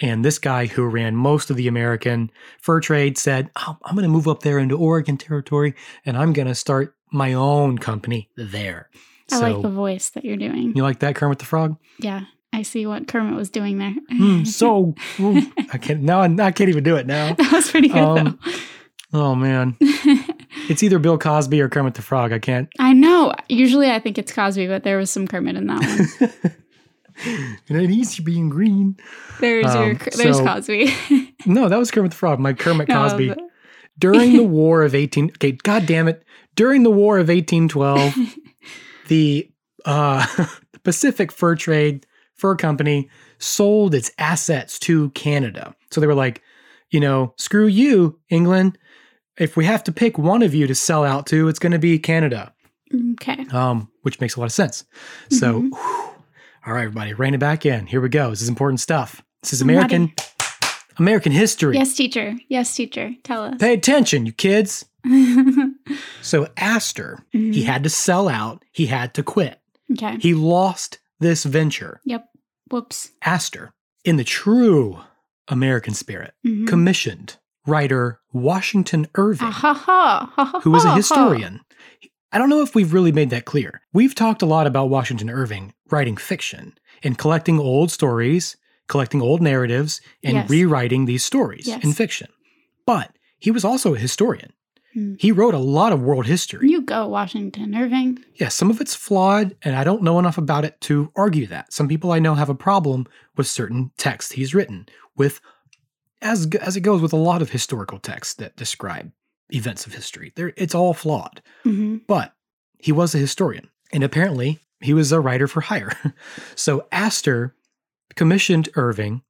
[SPEAKER 1] And this guy who ran most of the American fur trade said, oh, I'm going to move up there into Oregon territory and I'm going to start my own company there.
[SPEAKER 2] I like the voice that you're doing.
[SPEAKER 1] you like that, Kermit the Frog?
[SPEAKER 2] Yeah. I see what Kermit was doing there.
[SPEAKER 1] Mm, so ooh, I can't now. I, I can't even do it now.
[SPEAKER 2] that was pretty good
[SPEAKER 1] Um, Oh man,
[SPEAKER 2] though.
[SPEAKER 1] it's either Bill Cosby or Kermit the Frog. I can't.
[SPEAKER 2] I know. Usually I think it's Cosby, but there was some Kermit in that one.
[SPEAKER 1] and it used to be in green.
[SPEAKER 2] There's your
[SPEAKER 1] Um,
[SPEAKER 2] Ker- there's
[SPEAKER 1] so-
[SPEAKER 2] Cosby.
[SPEAKER 1] No, that was Kermit the Frog. My Kermit
[SPEAKER 2] No,
[SPEAKER 1] Cosby.
[SPEAKER 2] but-
[SPEAKER 1] during the war of 18 okay god damn it during the war of 1812 the uh the pacific fur trade fur company sold its assets to canada so they were like you know screw you england if we have to pick one of you to sell out to it's going to be canada
[SPEAKER 2] okay.
[SPEAKER 1] um which makes a lot of sense so
[SPEAKER 2] Mhm.
[SPEAKER 1] whew. all right everybody rein it back in here we go this is important stuff this is
[SPEAKER 2] I'm ready.
[SPEAKER 1] american american history
[SPEAKER 2] Yes, teacher. Yes, teacher. Tell us.
[SPEAKER 1] pay attention you kids
[SPEAKER 2] Mhm.
[SPEAKER 1] so Astor He had to sell out. He had to quit.
[SPEAKER 2] Mm-hmm. okay.
[SPEAKER 1] He lost this venture,
[SPEAKER 2] Yep. Whoops.
[SPEAKER 1] Astor, in the true American spirit,
[SPEAKER 2] Mhm.
[SPEAKER 1] commissioned writer Washington Irving,
[SPEAKER 2] Ah, ha, ha, ha, ha,
[SPEAKER 1] who was a
[SPEAKER 2] ha, ha.
[SPEAKER 1] historian. I don't know if we've really made that clear. We've talked a lot about Washington Irving writing fiction and collecting old stories, collecting old narratives, and
[SPEAKER 2] Yes.
[SPEAKER 1] rewriting these stories
[SPEAKER 2] Yes.
[SPEAKER 1] in fiction. But he was also a historian.
[SPEAKER 2] Hmm.
[SPEAKER 1] He wrote a lot of world history.
[SPEAKER 2] You go, Washington Irving.
[SPEAKER 1] Yeah, some of it's flawed, and I don't know enough about it to argue that. Some people I know have a problem with certain texts he's written, with as g- as it goes with a lot of historical texts that describe events of history. There, it's all flawed.
[SPEAKER 2] hmm
[SPEAKER 1] But he was a historian, and apparently he was a writer for hire. so Astor commissioned Irving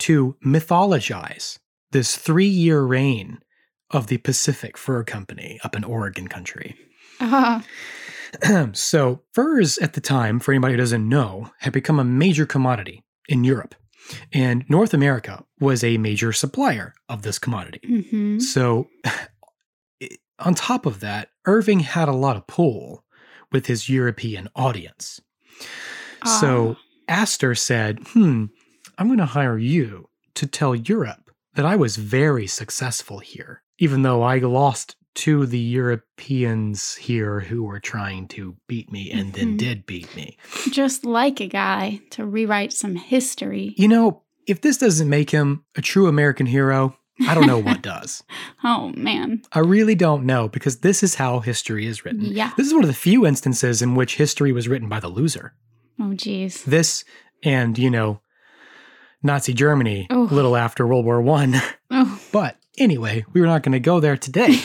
[SPEAKER 1] to mythologize this three-year reign of the Pacific Fur Company up in Oregon country.
[SPEAKER 2] Ah,
[SPEAKER 1] so, furs at the time, for anybody who doesn't know, had become a major commodity in Europe. And North America was a major supplier of this commodity.
[SPEAKER 2] mhm.
[SPEAKER 1] So, it- on top of that, Irving had a lot of pull with his European audience.
[SPEAKER 2] Ah,
[SPEAKER 1] So, Astor said, Hmm, I'm going to hire you to tell Europe that I was very successful here, even though I lost to the Europeans here who were trying to beat me and then
[SPEAKER 2] Mhm.
[SPEAKER 1] did beat me.
[SPEAKER 2] just like a guy to rewrite some history.
[SPEAKER 1] You know, if this doesn't make him a true American hero, I don't know what does.
[SPEAKER 2] Oh man.
[SPEAKER 1] I really don't know because this is how history is written.
[SPEAKER 2] Yeah.
[SPEAKER 1] This is one of the few instances in which history was written by the loser.
[SPEAKER 2] Oh geez.
[SPEAKER 1] This and, you know, Nazi Germany a
[SPEAKER 2] Oh.
[SPEAKER 1] little after World War 1.
[SPEAKER 2] Oh.
[SPEAKER 1] But anyway, we were not going to go there today,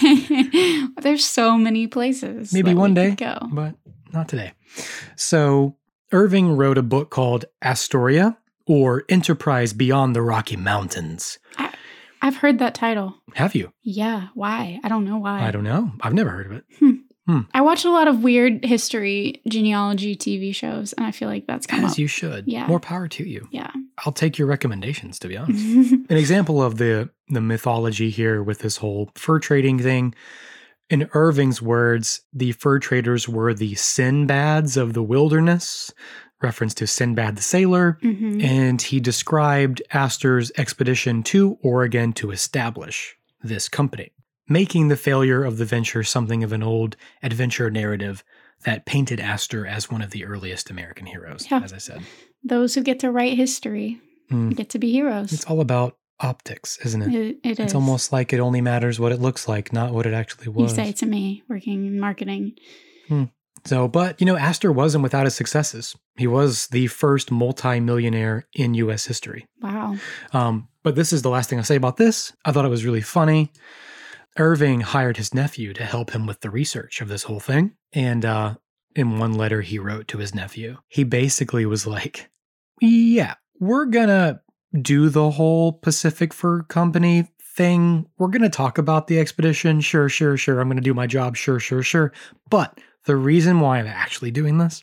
[SPEAKER 2] There's so many places.
[SPEAKER 1] Maybe
[SPEAKER 2] that we
[SPEAKER 1] one day.
[SPEAKER 2] could Go.
[SPEAKER 1] but not today. So Irving wrote a book called Astoria or Enterprise Beyond the Rocky Mountains.
[SPEAKER 2] I've heard that title.
[SPEAKER 1] Have you?
[SPEAKER 2] Yeah. Why? I don't know why.
[SPEAKER 1] I don't know. I've never heard of it.
[SPEAKER 2] I watch a lot of weird history genealogy TV shows, and I feel like that's come
[SPEAKER 1] As
[SPEAKER 2] up.
[SPEAKER 1] you should.
[SPEAKER 2] Yeah.
[SPEAKER 1] More power to you.
[SPEAKER 2] Yeah. Mm-hmm.
[SPEAKER 1] I'll take your recommendations, to be honest. an example of the the mythology here with this whole fur trading thing in irving's words the fur traders were the sinbads of the wilderness reference to sinbad the sailor
[SPEAKER 2] Mhm.
[SPEAKER 1] and he described astor's expedition to oregon to establish this company making the failure of the venture something of an old adventure narrative that painted astor as one of the earliest american heroes
[SPEAKER 2] Yeah.
[SPEAKER 1] as i said
[SPEAKER 2] Those who get to write history
[SPEAKER 1] Mm.
[SPEAKER 2] get to be heroes.
[SPEAKER 1] it's all about optics isn't it
[SPEAKER 2] It- it
[SPEAKER 1] It's
[SPEAKER 2] is.
[SPEAKER 1] almost like it only matters what it looks like, not what it actually
[SPEAKER 2] you
[SPEAKER 1] was.
[SPEAKER 2] say it to me working in marketing.
[SPEAKER 1] So, but you know, Astor wasn't without his successes. He was the first multimillionaire in U.S. history.
[SPEAKER 2] Wow.
[SPEAKER 1] Um, but this is the last thing I'll say about this. I thought it was really funny. Irving hired his nephew to help him with the research of this whole thing. And uh, in one letter he wrote to his nephew, he basically was like, Yeah, we're going to do the whole Pacific Fur Company thing. We're going to talk about the expedition. Sure, sure, sure. I'm going to do my job. Sure, sure, sure. But the reason why I'm actually doing this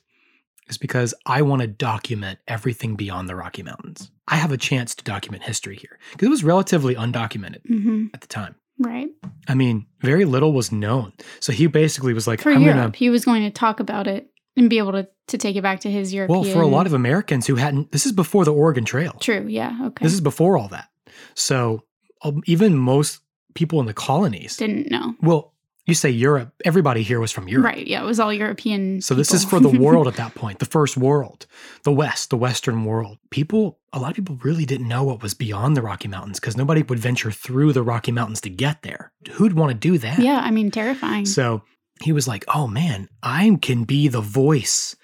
[SPEAKER 1] is because I want to document everything beyond the Rocky Mountains. I have a chance to document history here because it was relatively undocumented
[SPEAKER 2] hmm
[SPEAKER 1] at the time.
[SPEAKER 2] Right.
[SPEAKER 1] I mean, very little was known. So he basically was like,
[SPEAKER 2] For
[SPEAKER 1] I'm
[SPEAKER 2] Europe,
[SPEAKER 1] going to.
[SPEAKER 2] he was going to talk about it and be able to, to take it back to his European.
[SPEAKER 1] Well, for a lot of Americans who hadn't, this is before the Oregon Trail.
[SPEAKER 2] True. Yeah. Okay.
[SPEAKER 1] This is before all that. So um, even most people in the colonies
[SPEAKER 2] Didn't know.
[SPEAKER 1] Well, You say Europe. Everybody here was from Europe.
[SPEAKER 2] Right. Yeah. It was all European.
[SPEAKER 1] So this is for
[SPEAKER 2] Mm, people.
[SPEAKER 1] the world at that point, the first world, the West, the Western world. People, a lot of people really didn't know what was beyond the Rocky Mountains because nobody would venture through the Rocky Mountains to get there. Who'd want to do that?
[SPEAKER 2] yeah. I mean, terrifying.
[SPEAKER 1] So he was like, "Oh man, I can be the voice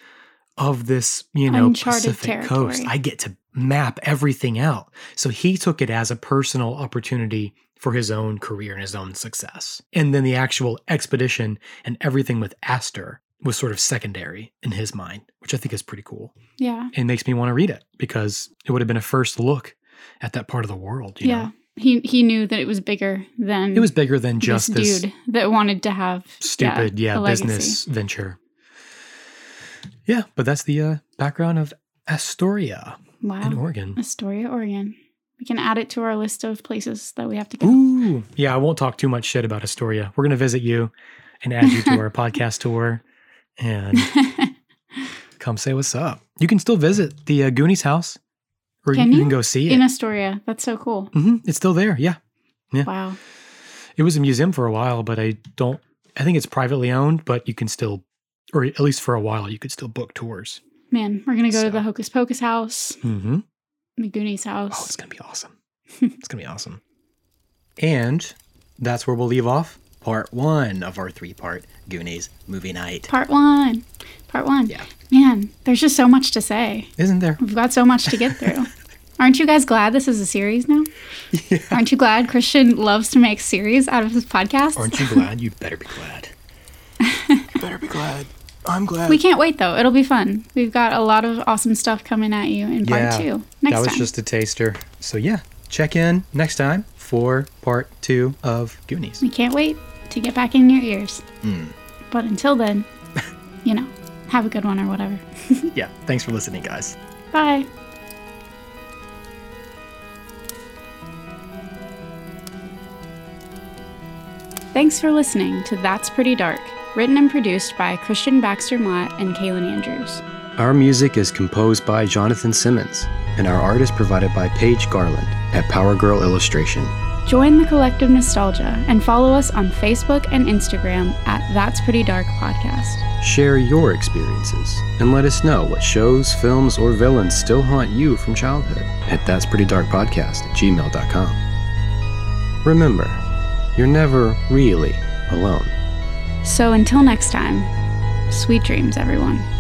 [SPEAKER 1] of this, you know,
[SPEAKER 2] Uncharted
[SPEAKER 1] Pacific coast.
[SPEAKER 2] territory.
[SPEAKER 1] I get to map everything out." So he took it as a personal opportunity for his own career and his own success. And then the actual expedition and everything with Astor was sort of secondary in his mind, which I think is pretty cool.
[SPEAKER 2] yeah.
[SPEAKER 1] It makes me want to read it because it would have been a first look at that part of the world, you
[SPEAKER 2] Yeah.
[SPEAKER 1] know.
[SPEAKER 2] He he knew that it was bigger than
[SPEAKER 1] It was bigger than just this
[SPEAKER 2] this dude that wanted to have
[SPEAKER 1] stupid yeah,
[SPEAKER 2] a
[SPEAKER 1] business venture yeah but that's the uh, background of astoria in
[SPEAKER 2] Wow.
[SPEAKER 1] oregon
[SPEAKER 2] Astoria, Oregon. We can add it to our list of places that we have to go.
[SPEAKER 1] ooh yeah i won't talk too much shit about astoria we're gonna visit you and add you to our podcast tour and come say what's up you can still visit the uh, goonies house or
[SPEAKER 2] Can
[SPEAKER 1] you,
[SPEAKER 2] you?
[SPEAKER 1] can go see it
[SPEAKER 2] in Astoria. That's so cool.
[SPEAKER 1] hmm it's still there yeah Yeah.
[SPEAKER 2] Wow.
[SPEAKER 1] it was a museum for a while but i don't i think it's privately owned but you can still or at least for a while you could still book tours
[SPEAKER 2] Man, we're going to go
[SPEAKER 1] So-
[SPEAKER 2] to the Hocus Pocus house,
[SPEAKER 1] mm-hmm
[SPEAKER 2] McDooney's
[SPEAKER 1] Oh, it's
[SPEAKER 2] house.
[SPEAKER 1] going to be awesome. it's going to be awesome. And that's where we'll leave off part one of our three part Goonies movie night.
[SPEAKER 2] Part one. Part one.
[SPEAKER 1] Yeah.
[SPEAKER 2] Man, there's just so much to say.
[SPEAKER 1] Isn't there?
[SPEAKER 2] We've got so much to get through. Aren't you guys glad this is a series now? Aren't you glad Christian loves to make series out of his podcast?
[SPEAKER 1] Aren't you glad? You better be glad. you better be glad. I'm glad.
[SPEAKER 2] we can't wait though. It'll be fun. We've got a lot of awesome stuff coming at you in part two next
[SPEAKER 1] that was
[SPEAKER 2] time.
[SPEAKER 1] just a taster. So, yeah, check in next time for part two of Goonies.
[SPEAKER 2] we can't wait to get back in your ears.
[SPEAKER 1] Hmm.
[SPEAKER 2] But until then, you know, have a good one or whatever.
[SPEAKER 1] yeah, thanks for listening, guys.
[SPEAKER 2] Bye. Thanks for listening to That's Pretty Dark, written and produced by Christian Baxter Mott and Kaylin Andrews.
[SPEAKER 1] Our music is composed by Jonathan Simmons, and our art is provided by Paige Garland at Power Girl Illustration.
[SPEAKER 2] Join the collective nostalgia and follow us on Facebook and Instagram at That's Pretty Dark Podcast.
[SPEAKER 1] Share your experiences and let us know what shows, films, or villains still haunt you from childhood at That's Pretty Dark Podcast at gmail.com. Remember, you're never really alone.
[SPEAKER 2] So until next time, sweet dreams, everyone.